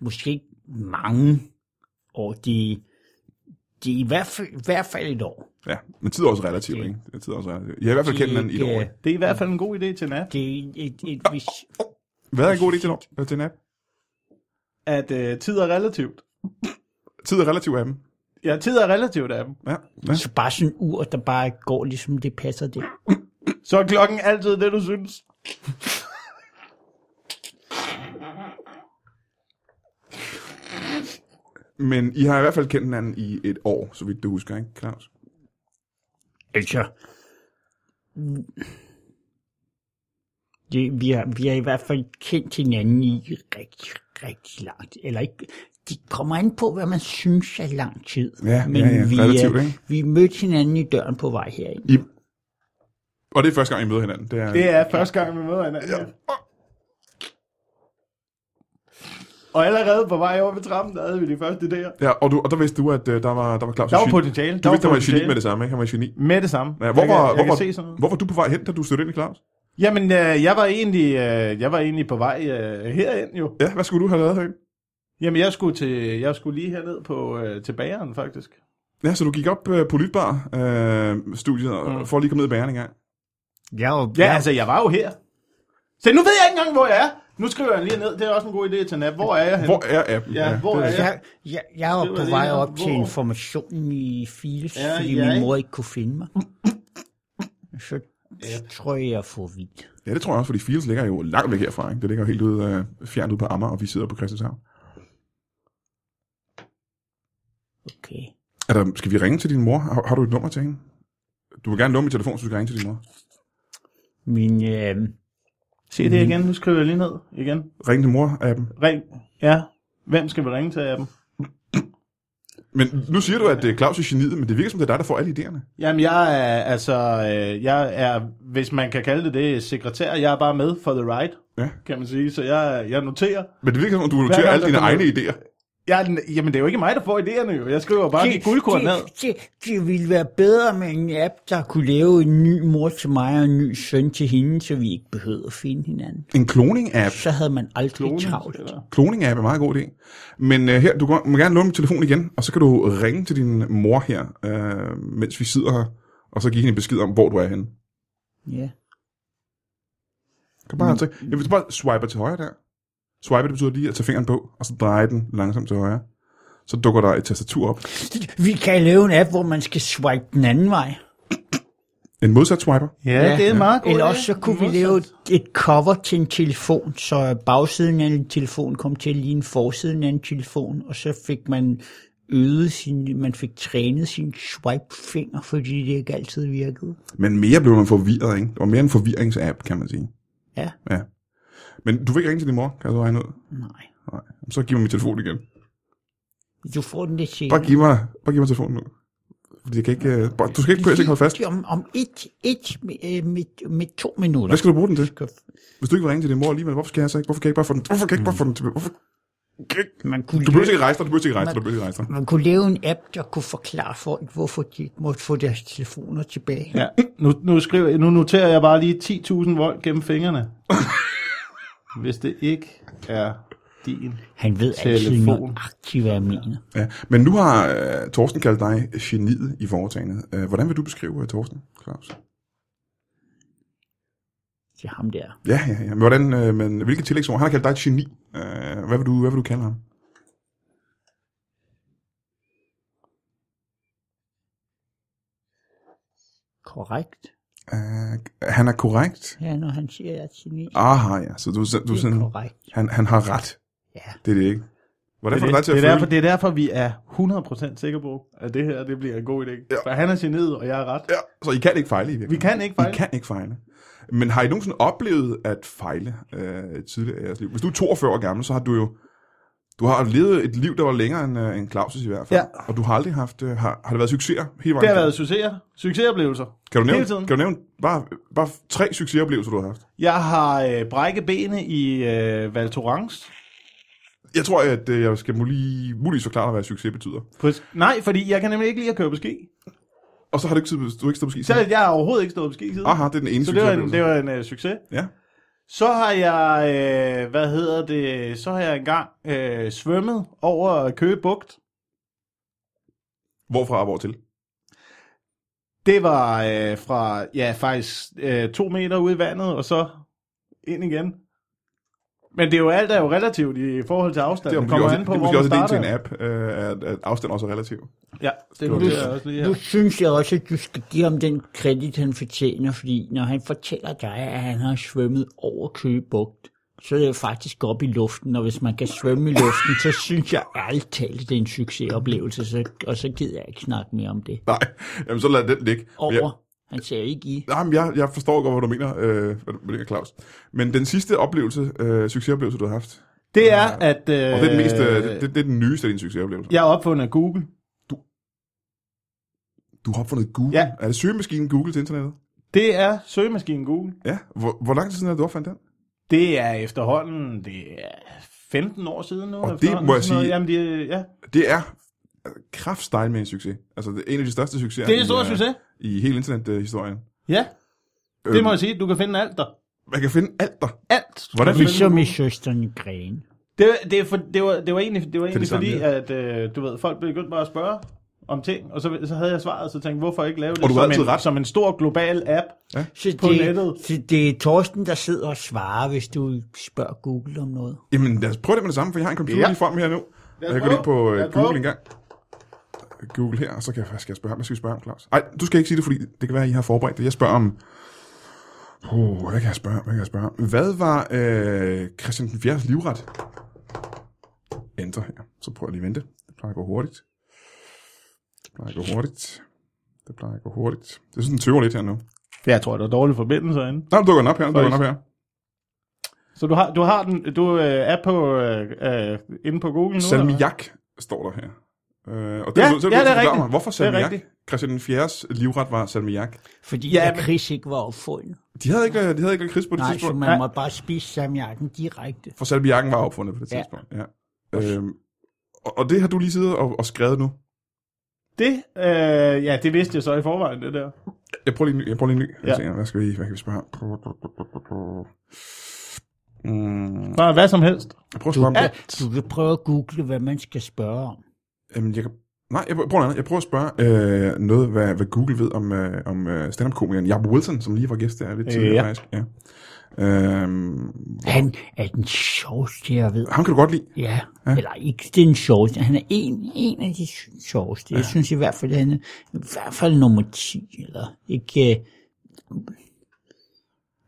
S2: måske ikke mange år. Det, det er i hvert fald, i hvert fald et år.
S1: Ja, men tid er også relativt, ikke? Tid er også relativt. Jeg har i hvert fald kendt hinanden i et år.
S2: Det,
S1: Ikke?
S2: øh,
S3: det er i hvert fald en god idé til en app.
S2: Det er et, et, et hvis,
S1: Hvad er en god idé til, en år- til en app?
S3: at øh, tid er relativt.
S1: Tid er relativt af dem.
S3: Ja, tid er relativt af dem.
S1: Ja, ja.
S2: så bare sådan en ur, der bare går, ligesom det passer det.
S3: Så er klokken altid det, du synes.
S1: Men I har i hvert fald kendt hinanden i et år, så vidt du husker, ikke, Claus?
S2: Altså, det, vi, har, vi har i hvert fald kendt hinanden i rigtig, rigtig lang tid. Eller ikke, det kommer an på, hvad man synes er lang tid.
S1: Ja, ja, ja,
S2: vi,
S1: relativt,
S2: øh,
S1: ikke?
S2: vi mødte hinanden i døren på vej herind.
S1: I... Og det er første gang, I møder hinanden. Det er...
S3: Det er første gang, vi møder hinanden. Ja. Og allerede på vej over ved trappen, der havde vi de første idéer.
S1: Ja, og, du, og der vidste du, at øh, der var, der var Claus
S3: Der var
S1: et geni.
S3: potentiale.
S1: Du vidste,
S3: Der var
S1: der var et geni
S3: potentiale.
S1: med det samme, ikke? Han var et geni.
S3: Med det samme.
S1: Ja, hvor,
S3: jeg kan,
S1: var,
S3: jeg
S1: hvor,
S3: kan
S1: var,
S3: se sådan noget.
S1: hvor var du på vej hen, da du stødte ind i Claus?
S3: Jamen, øh, jeg, var egentlig, øh, jeg var egentlig på vej øh, herind jo.
S1: Ja, hvad skulle du have lavet herinde?
S3: Jamen, jeg skulle, til, jeg skulle lige herned på, øh, til bageren, faktisk.
S1: Ja, så du gik op øh, på Lytbar øh, studiet mm. for at lige komme ned i bageren en gang.
S6: Ja, og,
S3: Ja, ja, altså, jeg var jo her. Så nu ved jeg ikke engang, hvor jeg er. Nu skriver jeg lige ned. Det er også en god idé til nat. Hvor er jeg henne?
S1: Hvor er appen?
S3: Ja, hvor
S1: det-
S3: er
S2: Jeg, jeg, jeg var
S3: Det var
S2: på
S3: det,
S2: vej
S3: jeg-
S2: op til
S3: hvor-
S2: informationen i Files,
S3: Ja,
S2: fordi
S3: ja,
S2: min
S3: ikke?
S2: mor ikke kunne finde mig. Så tror jeg, jeg får vidt.
S1: Ja, det tror jeg også, fordi Fields ligger jo langt væk herfra. Ikke? Det ligger jo helt ude, øh, fjernet ude på Amager, og vi sidder på Christianshavn.
S2: Okay.
S1: Er der, skal vi ringe til din mor? Har, har du et nummer til hende? Du vil gerne låne min telefon, så du skal ringe til din mor.
S2: Min, øh,
S3: Se det igen. Nu skriver jeg lige ned igen.
S1: Ring til mor-appen.
S3: Ring. Ja. Hvem skal vi ringe til af dem?
S1: Men nu siger du, at øh, Claus er geniet, men det virker som, det er dig, der får alle idéerne.
S3: Jamen, jeg er, altså, øh, jeg er, hvis man kan kalde det det, sekretær. Jeg er bare med for the ride,
S1: Ja.
S3: kan man sige. Så jeg, jeg noterer.
S1: Men det virker som, om du noterer
S3: gang,
S1: alle
S3: der
S1: dine
S3: kommer-
S1: egne idéer.
S3: Jeg, er den- jamen, det er jo ikke mig, der får idéerne jo. Jeg skriver bare de guldkorn ned.
S2: det, det, det ville være bedre med en app, der kunne lave en ny mor til mig og en ny søn til hende, så vi ikke behøvede at finde hinanden.
S1: En kloning-app.
S2: Så havde man aldrig travlt.
S1: Kloning-app er en meget god idé. Men øh, her, du kan- må gerne låne min telefon igen, og så kan du ringe til din mor her, øh, mens vi sidder her, og så give hende en besked om, hvor du er henne.
S2: Ja.
S1: Kan bare, mm. jeg vil bare swipe til højre der. Swipe, det betyder lige at tage fingeren på, og så dreje den langsomt til højre. Så dukker der et tastatur op.
S2: Vi kan lave en app, hvor man skal swipe den anden vej.
S1: En modsat swiper.
S3: Ja, det er meget godt.
S2: Eller også så kunne vi lave et, et cover til en telefon, så bagsiden af en telefon kom til at ligne forsiden af en telefon, og så fik man øget sin, man fik trænet sin swipe-finger, fordi det ikke altid virkede.
S1: Men mere blev man forvirret, ikke? Det var mere en forvirringsapp, kan man sige.
S2: Ja,
S1: Ja. Men du vil ikke ringe til din mor, kan jeg så regne ud?
S2: nej.
S1: Nej. Så giv mig min telefon igen.
S2: Du får den lidt senere.
S1: Bare giv mig, bare giv mig telefonen nu. Fordi jeg kan ikke, øh, bare, du skal ikke, jeg skal ikke holde fast.
S2: Lige Om, om et, et øh, med, med, med to minutter.
S1: Hvad skal du bruge den til?
S2: Skal-
S1: Hvis du ikke vil ringe til din mor alligevel, hvorfor skal jeg så ikke? Hvorfor kan jeg ikke bare få den? Hvorfor kan jeg ikke bare få den til? Hvorfor? kan jeg ikke-
S2: Man kunne,
S1: Du behøver
S2: lave,
S1: ikke rejse dig, du behøver ikke rejse dig, du behøver ikke rejse dig.
S2: man kunne lave en app, der kunne forklare folk, hvorfor de ikke måtte få deres telefoner tilbage.
S3: Ja, nu, nu, skriver, jeg- nu noterer jeg bare lige 10.000 volt gennem fingrene. Hvis det ikke er din.
S2: Han ved altid
S3: Telefon.
S2: noget aktivt, hvad jeg mener.
S1: Ja. Men nu har uh, Torsten kaldt dig geniet i foretagendet. Uh, hvordan vil du beskrive uh, Torsten, Claus?
S2: Til ham der.
S1: Ja, ja, ja. Men, hvordan, uh, men hvilke tillægsord? Han har kaldt dig et geni. Uh, hvad, vil du, hvad vil du kalde ham?
S2: korrekt.
S1: Uh, han er korrekt.
S2: Ja, når han siger, at jeg er kineser.
S1: Aha, ja. Så du, Ah, du
S2: Det
S1: er
S2: er
S1: sådan,
S2: korrekt.
S1: han, han har ret.
S2: Ja.
S1: Det er det ikke. Hvordan får
S3: Det,
S1: du dig til
S3: det,
S1: at
S3: er
S1: føle?
S3: derfor, det er derfor, vi er 100% sikre på, at det her det bliver en god idé. Ja. For han er geniet, og jeg er ret.
S1: Ja, så I kan ikke fejle i
S3: Vi
S1: virkeligheden.
S3: kan ikke fejle.
S1: I kan ikke fejle. Men har I nogensinde oplevet at fejle øh, tidligere i jeres liv? Hvis du er 42 år gammel, så har du jo du har levet et liv, der var længere end, øh, end Claus' i hvert fald.
S3: Ja.
S1: Og du har aldrig haft... Øh, har, har det været succeser hele vejen?
S3: Det har
S1: igennem?
S3: været succeser. Succesoplevelser.
S1: kan du nævne,
S3: hele tiden.
S1: Kan du nævne bare, bare tre succesoplevelser, du har haft?
S3: Jeg har øh, brækket benene i øh, Val Thorens.
S1: Jeg tror, at øh, jeg skal mulig, muligvis forklare dig, hvad succes betyder.
S3: På et- Nej, fordi jeg kan nemlig ikke lide at køre på ski.
S1: Og så har du ikke, tid- du har ikke stået på ski
S3: Så
S1: siden.
S3: jeg har overhovedet ikke stået på ski siden.
S1: Mm. Aha, det er den ene
S3: så det var en,
S1: succesoplevelse.
S3: det var en øh, succes.
S1: Ja.
S3: Så har jeg, øh, hvad hedder det, så har jeg engang øh, svømmet over Køge Bugt.
S1: Hvorfra og hvortil?
S3: Det var øh, fra, ja faktisk øh, to meter ude i vandet, og så ind igen. Men det er jo alt er jo relativt i forhold til afstand.
S1: Det er måske
S3: Det, kommer
S1: også,
S3: an på,
S1: det er
S3: hvor
S1: måske
S3: man
S1: også en idé til
S3: starter.
S1: en app, øh, at, at afstand også er relativ. (laughs)
S3: Ja, det
S1: var
S3: vurderer
S1: det.
S3: jeg også lige
S2: Nu
S3: her.
S2: synes jeg også, at du skal give ham den kredit, han fortjener, fordi når han fortæller dig, at han har svømmet over Køgebugt, så er det jo faktisk op i luften, og hvis man kan svømme i luften, så synes jeg ærligt talt, det er en succesoplevelse, så, og så gider jeg ikke snakke mere om det.
S1: Nej, jamen så lad den ligge. Men Jeg,
S2: Over. Han sagde ikke i.
S1: nej, men jeg, jeg forstår godt, hvad du mener, øh, hvad du mener, Claus. Men den sidste oplevelse, øh, succesoplevelse, du har haft,
S3: Det er, at... Øh,
S1: og det er, den mest, øh, det, det, det er den nyeste af dine succesoplevelser.
S3: Jeg er opfundet af Google.
S1: Du har opfundet Google.
S3: Ja.
S1: Er det søgemaskinen Google til internettet?
S3: Det er søgemaskinen Google.
S1: Ja. Hvor, hvor lang tid siden er det, du opfandt den?
S3: Det er efterhånden, det er 15 år siden nu.
S1: Og det
S3: efterhånden,
S1: må jeg
S3: sådan noget.
S1: sige-
S3: Jamen, det, er- ja.
S1: Det er kraftstejl med en succes. Altså, det er en af de største succeser
S3: det er en
S1: i,
S3: stor
S1: øh,
S3: succes.
S1: i hele internethistorien.
S3: Ja,
S1: Øh,
S3: det må jeg sige. Du kan finde alt der.
S1: Man kan finde alt der.
S3: Alt.
S1: Hvordan finder
S2: Ligesom i søsteren Gren.
S3: Det, det, er for, det, var, det var egentlig, det var egentlig
S1: det samme,
S3: fordi, at øh, du ved, folk begyndte bare at spørge om ting, og så, så havde jeg svaret, så tænkte jeg, hvorfor ikke lave det
S1: Og du har
S3: som,
S1: altid
S3: en,
S1: ret.
S3: som en stor global app?
S2: Så
S3: På
S2: det,
S3: nettet.
S2: så det er Torsten, der sidder og svarer, hvis du spørger Google om noget.
S1: Jamen, lad os prøve det med det samme, for jeg har en computer ja.
S3: Ja.
S1: lige frem her nu.
S3: Lad
S1: Jeg
S3: os
S1: kan gå
S3: prøve.
S1: ind på
S3: Lad
S1: øh,
S3: os prøve.
S1: Google en gang. Google her, og så kan jeg, hvad skal jeg spørge ham. Hvad skal vi spørge om, Claus? Nej, du skal ikke sige det, fordi det kan være, at I har forberedt det. Jeg spørger om... Oh, hvad kan jeg spørge om? Hvad kan jeg spørge om? Hvad var øh, Christian den 4. livret? Enter her. Så prøver jeg lige at vente. Det plejer at gå hurtigt. Det plejer at gå hurtigt. Det plejer at gå hurtigt. Det er sådan, den tøver lidt her nu.
S3: Jeg tror, der er dårlige forbindelser inde.
S1: Der dukker den op her. Der dukker den op her.
S3: Så du har, du har den, du øh, er på, øh, øh, inde på Google nu? eller hvad?
S1: Salmiak står der her. Øh, og det, ja, så, så, ja, det er rigtigt. Mig, hvorfor
S3: Det er
S1: salmiak?
S3: rigtigt.
S1: Christian den 4.s livret var salmiak.
S2: Fordi
S3: Ja,
S2: ja, at
S3: men-
S2: Chris ikke var opfundet.
S1: De havde ikke, de havde ikke kris på det
S2: Nej, så
S1: tidspunkt.
S2: man
S3: Nej.
S2: må bare spise samjakken direkte.
S1: For salmiakken var opfundet på det
S2: Ja.
S1: tidspunkt. Ja. Øhm, og, og det har du lige siddet og, og skrevet nu.
S3: Det, øh, ja, det vidste jeg så i forvejen, det der.
S1: Jeg prøver lige, en ny- jeg prøver lige en ny. Jeg
S3: Ja.
S1: tænker, hvad skal vi, hvad kan vi spørge? om? Mm,
S3: Bare hvad som helst.
S1: jeg prøver at spørge om det.
S2: Du kan prøve at google, hvad man skal spørge om.
S1: Jamen, Øhm, jeg kan... Nej, jeg prøver, prøver noget andet. Jeg prøver at spørge øh, noget, hvad, hvad Google ved om, øh, om øh, stand-up-komikeren Jacob Wilson, som lige var gæst der lidt
S3: Øh,
S1: tidligere,
S3: ja.
S1: faktisk. Ja. Øhm,
S2: Han er den sjoveste, jeg ved.
S1: ham kan du godt lide.
S2: Ja, ja. eller ikke den sjoveste. Han er en, en af de sjoveste. Ja. Jeg synes i hvert fald, han er i hvert fald nummer 10, eller ikke... øh,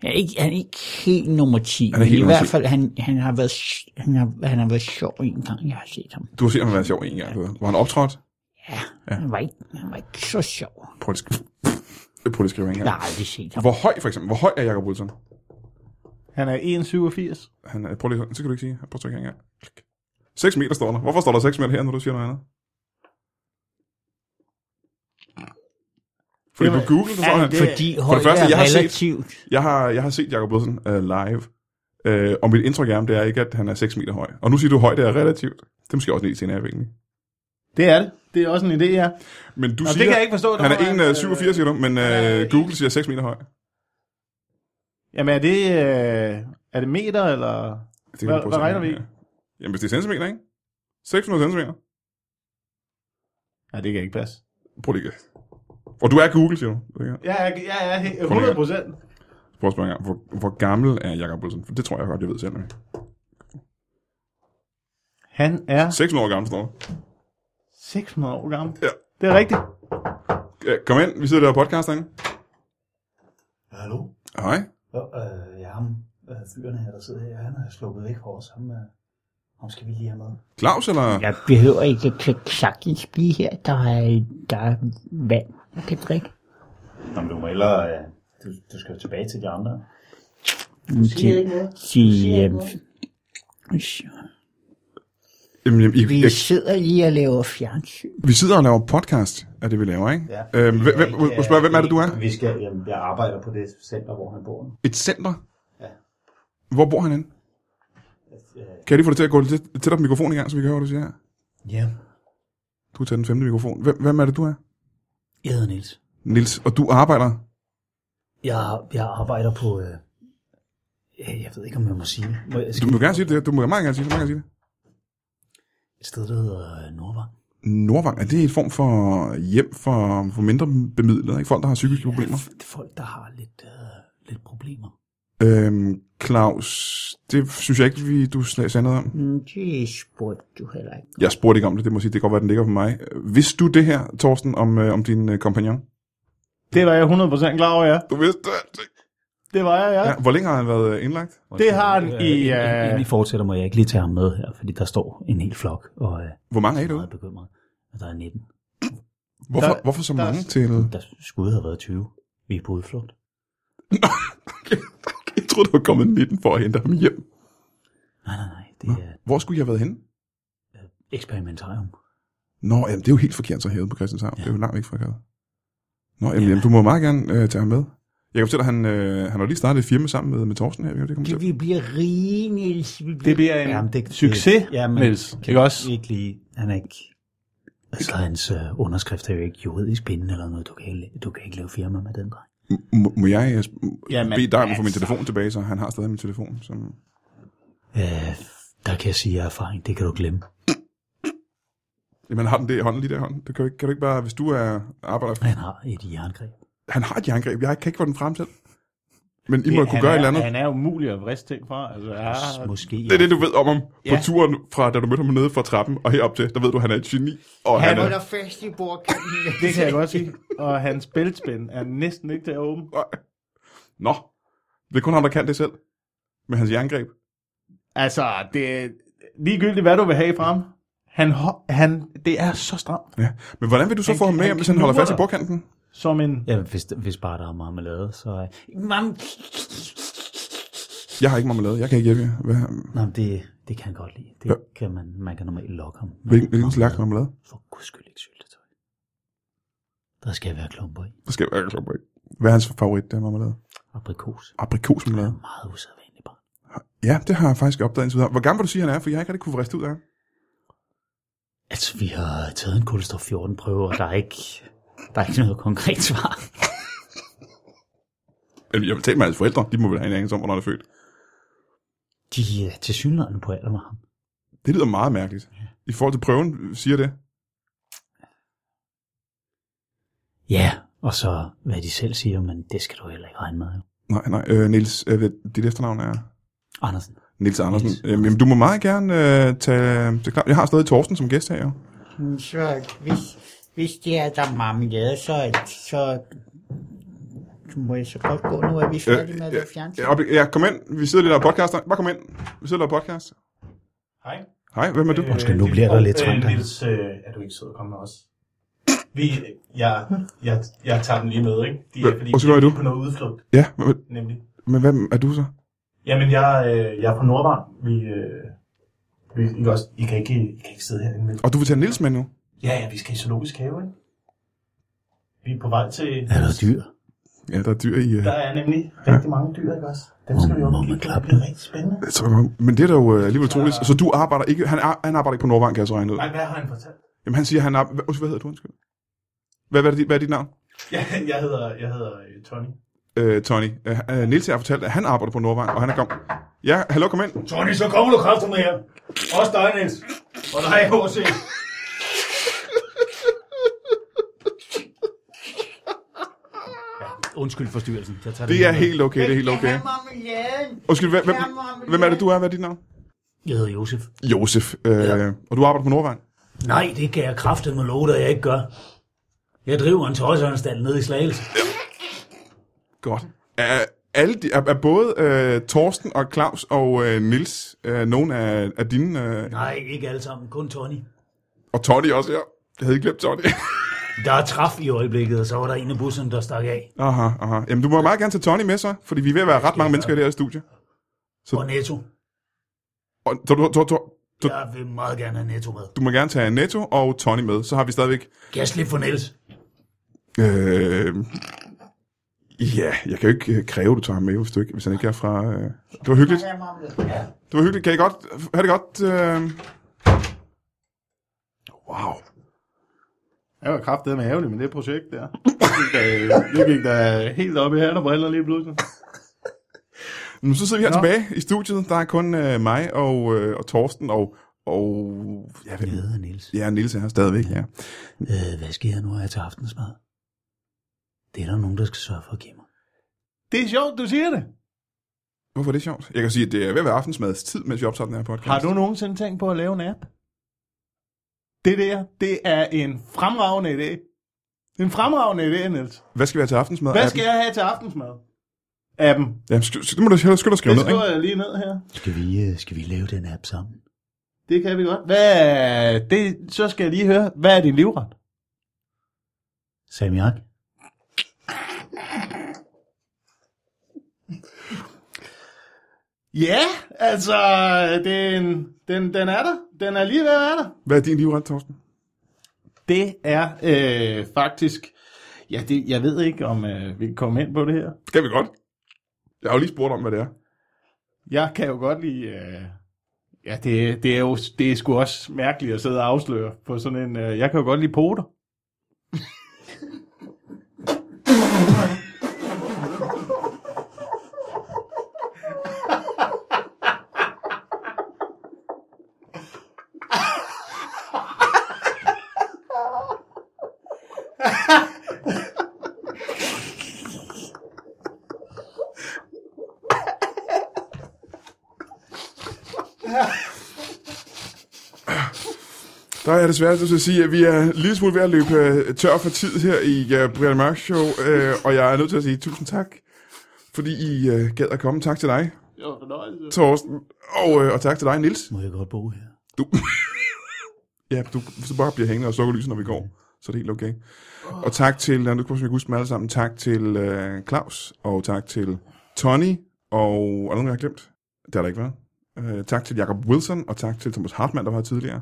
S2: Ja, ikke, han er ikke helt nummer 10,
S1: er
S2: men
S1: helt
S2: i
S1: nummer
S2: hvert
S1: 10.
S2: fald, han, han, har været, sj- han, har, han har været sjov en gang, jeg har set ham.
S1: Du har set ham være sjov en gang, du ved. Hvor han optrådt.
S2: Ja, ja. Han, var ikke, han var ikke så sjov.
S1: Prøv at skrive. Prøv lige at skrive en
S2: Jeg
S1: gang.
S2: har aldrig set ham.
S1: Hvor høj, for eksempel? Hvor høj er Jacob Wilson?
S3: Han er 1,87.
S1: Han er, prøv lige, så kan du ikke sige. Prøv at trykke en gang. Klik. 6 meter står der. Hvorfor står der 6 meter her, når du siger noget andet? Fordi på
S3: Jamen,
S1: Google, så står
S2: Ja,
S1: han.
S2: det, fordi højde
S1: første,
S2: er
S1: jeg har set-
S2: relativt.
S1: Jeg har, jeg har set Jacob Wilson uh, live, uh, og mit indtryk af ham, det er ikke, at han er 6 meter høj. Og nu siger du, at højde er relativt. Det er måske også en idé senere, egentlig.
S3: Det er det. Det er også en idé, ja.
S1: Men du
S3: Nå,
S1: siger,
S3: det kan jeg ikke forstå. øh,
S1: han er øh,
S3: Derfor
S1: 1,87, siger du, men uh,
S3: øh,
S1: Google siger 6 meter høj.
S3: Jamen, er det, øh, er det meter, eller...
S1: Det kan
S3: Hvad-
S1: vi prøve at
S3: hvad
S1: se
S3: regner
S1: her.
S3: vi i?
S1: Jamen, hvis det er centimeter, ikke? 600 centimeter.
S3: Ja, det kan ikke passe.
S1: Prøv lige. at- Og du er Google, siger du. Det kan-
S3: Ja, jeg, jeg er he-
S1: Kom her.
S3: 100 procent.
S1: Prøv at spørge en gang. Hvor, hvor gammel er Jacob Wilson? For det tror jeg godt, jeg ved selv. nemlig.
S3: Han er
S1: 600 år gammel står der.
S3: 600 år gammel.
S1: Ja.
S3: Det er rigtigt.
S1: Ja, Kom ind, vi sidder der og podcaster inde.
S2: hallo?
S1: Hej.
S2: Og, øh, ja, ham, øh, fyren her, der sidder her, han er sluppet væk fra os. Ham, øh, ham skal vi lige have med.
S1: Claus, eller? Ja.
S5: Jeg behøver ikke jeg kan sagtens blive her. Der er, der er vand, jeg kan drikke.
S2: Mm, Nå, men du må hellere, øh, du, du skal jo tilbage til de andre.
S5: Du siger
S7: ikke noget.
S5: Sig,
S7: ikke
S5: øhm,
S7: noget.
S1: Jamen, jamen, I,
S5: vi
S1: jeg,
S5: sidder lige og laver fjernsyn.
S1: vi sidder og laver podcast, er det, vi laver, ikke? øh,
S2: Ja.
S1: Øhm, hvem, hvem, må jeg spørge, hvem er det, du er?
S2: Vi skal, jamen, jeg arbejder på det center, hvor han bor. nu.
S1: Et center?
S2: Ja.
S1: Hvor bor han henne?
S2: Øh,
S1: Kan jeg lige få dig til at gå lidt tættere på mikrofonen i gang, så vi kan høre, hvad du siger?
S2: Ja,
S1: Du tager den femte mikrofon. Hvem, hvem er det, du er?
S2: jeg hedder Niels.
S1: Nils, og du arbejder?
S2: Jeg, jeg arbejder på... Øh, ja, jeg ved ikke, om jeg må sige det. Må jeg,
S1: Du
S2: skal
S1: må gerne sige det. Du må meget gerne sige det. Du må gerne sige det.
S2: et sted, der hedder øh, Nordvang.
S1: Nordvang, er det en form for hjem for, for mindre bemidlede, ikke? Folk, der har psykiske problemer?
S2: Det er folk, der har lidt, øh, lidt problemer.
S1: Øhm, Claus, det synes jeg ikke, vi, du sn- sagde noget om.
S5: Mm, Det spurgte du heller ikke.
S1: Jeg spurgte ikke om det, det må jeg sige, det kan godt være, den ligger på mig. Vidste du det her, Torsten, om, øh, om din øh, kompagnon?
S3: Det var jeg 100% klar over, ja.
S1: Du vidste det.
S3: Det var jeg, ja.
S1: Ja, hvor længe har han været øh, indlagt?
S3: Det har han i...
S2: Inden I
S3: Øh,
S2: fortsætter, må jeg ikke lige tage ham med her, fordi der står en hel flok, og øh,
S1: Hvor mange er I
S2: jeg er meget
S1: derude?
S2: bekymret. Og der er 19.
S1: Hvorfor,
S3: Der-
S1: hvorfor så
S3: der-
S1: mange til...
S3: Mm.
S2: Der skulle have været 20. Vi er på udflugt.
S1: Jeg troede, der var kommet 19 for at hente ham hjem.
S2: Nej, nej, nej. Det er
S1: Hvor skulle jeg have været henne?
S2: eksperimentarium.
S1: Nå, jamen, det er jo helt forkert, så hævet på Christianshavn. Ja. Det er jo langt væk fra gaden. Nå, jamen, jamen, du må meget gerne øh, tage ham med. Jeg kan fortælle, at han, øh, han har lige startet et firma sammen med, med Torsten her. jo, Det kommer til.
S5: Vi bliver rige, Niels. Vi
S3: det
S5: bliver...
S3: bliver en succes, Niels. Ikke også?
S2: Ikke lige. Han er ikke... Altså, hans øh, underskrift er jo ikke juridisk bindende eller noget. Du kan ikke, du kan ikke lave firma med den dreng.
S1: Må, må jeg øh,
S3: Jamen,
S1: bede dig om at få min
S3: altså.
S1: telefon tilbage, så han har stadig min telefon. Som...
S2: Øh, der kan jeg sige, at jeg er erfaring. Det kan du glemme.
S1: Jamen, han har den der i hånden, lige der i hånden. Det kan, du ikke, kan du ikke bare, hvis du er arbejder...
S2: Han har et jerngreb.
S1: Han har et jerngreb, jeg kan ikke få den frem selv. Men I må kunne
S3: Det- han
S1: gøre
S3: er,
S1: et eller andet.
S3: Han er umulig at vriste ting fra. Altså, ja,
S2: Måske.
S1: Det er det, du ved om ham på
S3: Ja.
S1: turen, fra da du mødte ham nede fra trappen og herop til. Der ved du, han er et geni, og han,
S3: Han
S1: han er...
S5: Holder fast i bordkanten.
S3: (laughs) det kan jeg godt sige. Og hans bæltspænd er næsten ikke til at åbne.
S1: Nå, det er kun ham, der kan det selv. Med hans jerngreb.
S3: Altså, det er ligegyldigt, hvad du vil have fra ham. Han, ho- han, det er så stramt.
S1: Ja. Men hvordan vil du så
S3: Han-
S1: få ham med
S3: han
S1: hjem, hvis han holder
S3: knurrer
S1: fast i
S3: dig.
S1: bordkanten?
S3: Som en...
S2: Ja, hvis, hvis bare der er marmelade, så... Øh,
S5: Mam,
S1: Jeg har ikke marmelade, jeg kan ikke hjælpe jer. Hvad,
S2: nej, men det, det kan han godt lide. Det
S1: Hvad?
S2: kan man, man kan normalt lokke ham. med
S1: hvilken, hvilken
S2: marmelade.
S1: slags marmelade?
S2: For guds skyld ikke syltetøj. Der skal være klumper i.
S1: Det skal jeg ikke på. Hvad er hans favorit der marmelade?
S2: Aprikos.
S1: Aprikosmarmelade.
S2: Meget usædvanligt bare.
S1: Ja, det har jeg faktisk opdaget indtil videre. Hvor gammel vil du sige, han er? For jeg har ikke rigtig kunne riste ud af ham.
S2: Altså, vi har taget en kulstof 14 prøve, og der er ikke, der er ikke noget konkret svar.
S1: Eller, Jeg vil tale med hans forældre. De må vel have en anelse om, hvornår han er født.
S2: De er til synligheden på alder med ham.
S1: Det lyder meget mærkeligt. I forhold til prøven øh, siger det.
S2: Ja, og så hvad de selv siger, men det skal du heller ikke regne med. Jo.
S1: Nej, nej. Øh, Niels, øh, hvad- dit efternavn er...
S2: Andersen.
S1: Nils Andersen.
S2: Niels.
S1: Øhm, Jamen, du må meget gerne øh, tage til klar. Jeg har stadig Torsten som gæst her, jo.
S5: Mm, så hvis, hvis det er der er marmelade, så, så så må jeg så godt gå nu, at vi er færdige med at lave fjernsyn.
S1: Øh, ja, øjeblik. ja, kom ind. Vi sidder lige der og podcaster. Bare kom ind. Vi sidder der og podcast.
S3: Hej. Øh,
S1: Hej, hvem er du?
S2: Undskyld, nu bliver der lidt trangt. her.
S3: Niels, øh, er du ikke sød at komme med os? Vi, jeg, jeg, jeg tager dem lige med, ikke? De
S1: Hvad- fordi, undskyld, hvad er de er du? på
S3: noget udflugt,
S1: Ja, men,
S3: nemlig.
S1: men hvem er du så?
S3: Jamen, jeg, øh, jeg er på Nordvang. Vi, øh, vi, I, kan også, I, kan ikke, I kan ikke sidde herinde. Vel?
S1: Og du vil tage Nils med nu?
S3: Ja, ja, vi skal i zoologisk have, ikke? Vi er på vej til...
S2: Er der dyr?
S1: Ja, der er dyr i... Øh,
S3: Der er nemlig rigtig mange dyr, ikke også? Dem skal vi jo
S2: Må man
S3: kigge på.
S2: klappe
S3: Det er rigtig spændende.
S1: så, men det er da jo øh, alligevel utroligt. Så du arbejder ikke... Han, ar- han arbejder ikke på Nordvang, kan jeg så regne ud.
S3: Nej, hvad har han fortalt?
S1: Jamen, han siger, han arbejder... Hvad, hvad hedder du, undskyld? Hvad, hvad, er, dit, hvad er dit navn?
S3: Jeg, jeg hedder, jeg hedder øh, Tony.
S1: Øh, Tony. Øh, øh, Nils har fortalt, at han arbejder på Nordvang, og han er kommet. Ja, hallo, kom ind.
S3: Tony, så kommer du kraftigt med her. Også dig, Niels. Og dig, H.C.
S2: Undskyld forstyrrelsen. Jeg tager
S1: Det
S2: lige
S1: er
S2: med.
S1: helt okay, det er helt okay.
S5: marmeladen.
S1: Undskyld, hvem, hvem, hvem er det, du er? Hvad er dit navn?
S2: Jeg hedder Josef.
S1: Josef. Øh, ja. Og du arbejder på Nordvang?
S2: Nej, det kan jeg kraftedeme love dig, jeg ikke gør. Jeg driver en tosseanstalt nede i Slagelse.
S1: Godt. Er, alle de, er, er både øh, Torsten og Claus og øh, Nils øh, nogen af, af dine... Øh,
S2: Nej, ikke alle sammen. Kun Tony.
S1: og Toddy også, ja. Jeg havde glemt Toddy.
S2: Der er træf i øjeblikket, og så var der en af bussen, der stak af.
S1: (laughs) aha, aha. Jamen, du må meget gerne tage Tony med så, fordi vi er ved at være ret mange mennesker i det her studie.
S2: Og Netto.
S1: Og, så, du, du, du, du,
S2: Jeg vil meget gerne have Netto med.
S1: du må gerne tage Netto og Tony med, så har vi stadigvæk...
S2: Kan jeg slippe for Niels?
S1: Øh, ja, jeg kan jo ikke øh, kræve, at du tager ham med, hvis, du ikke, hvis han ikke er fra... Øh, det var hyggeligt. Det var hyggeligt. Kan I godt have det godt? Øh... Wow.
S3: Jeg var kraftedet med ærgerlig med det projekt der. Jeg gik da helt op i hat og briller lige pludselig.
S1: Nu så sidder vi her
S3: Nå.
S1: tilbage i studiet. Der er kun øh, mig og, øh, og Torsten og... og ja, hvem,
S2: hedder Niels.
S1: ja, Nils er her stadigvæk, ja.
S2: Øh, hvad sker der nu her til aftensmad? Det er der nogen, der skal sørge for at give mig.
S3: Det er sjovt, du siger det.
S1: Hvorfor er det sjovt? Jeg kan sige, at det er ved at være aftensmadstid, mens vi optager den her podcast.
S3: Har du nogensinde tænkt på at lave en app? Det der, det er en fremragende idé. Det er en fremragende idé, Niels.
S1: Hvad skal vi have til aftensmad?
S3: Hvad skal jeg have til aftensmad? Appen.
S1: Ja, det må du hellere skynde dig at skrive
S3: Det
S1: ned, ikke?
S3: skriver jeg lige ned her.
S2: Skal vi, øh, skal vi lave den app sammen?
S3: Det kan vi godt. Hvad er det, så skal jeg lige høre, hvad er din livret?
S2: Samiak?
S3: Ja, altså, den, den, den er der. Den er lige ved at være der.
S1: Hvad er din livret, Torsten?
S3: Det er øh, faktisk... Ja, det, jeg ved ikke, om øh, vi kan komme ind på det her.
S1: Skal vi godt? Jeg har jo lige spurgt om, hvad det er.
S3: Jeg kan jo godt lide... Øh, ja, det, det er jo det er sgu også mærkeligt at sidde og afsløre på sådan en... Øh, jeg kan jo godt lide poter.
S1: Der er jeg desværre nødt til at sige, at vi er en lille smule ved at løbe øh, tør for tid her i uh, Brian Mørk Show, øh, og jeg er nødt til at sige tusind tak, fordi I øh, gad at komme. Tak til dig,
S3: Jo, fornøjelse.
S1: Torsten, og, øh, og tak til dig, Nils.
S2: Må jeg godt bo her?
S1: Du... ja, du, hvis du bare bliver hængende og sukker lyset, når vi går, så er det helt okay. Og tak til, øh, nu kan jeg huske dem alle sammen, tak til øh, Claus, og tak til Tony, og er der nogen, jeg har glemt? Det har der ikke været. Øh, tak til Jacob Wilson, og tak til Thomas Hartmann, der var her tidligere.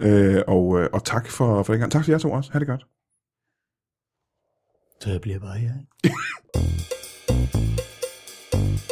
S1: Øh, og, øh, og tak for, for den gang. Tak til jer to også. Ha' det godt.
S2: Så jeg bliver bare her, ikke?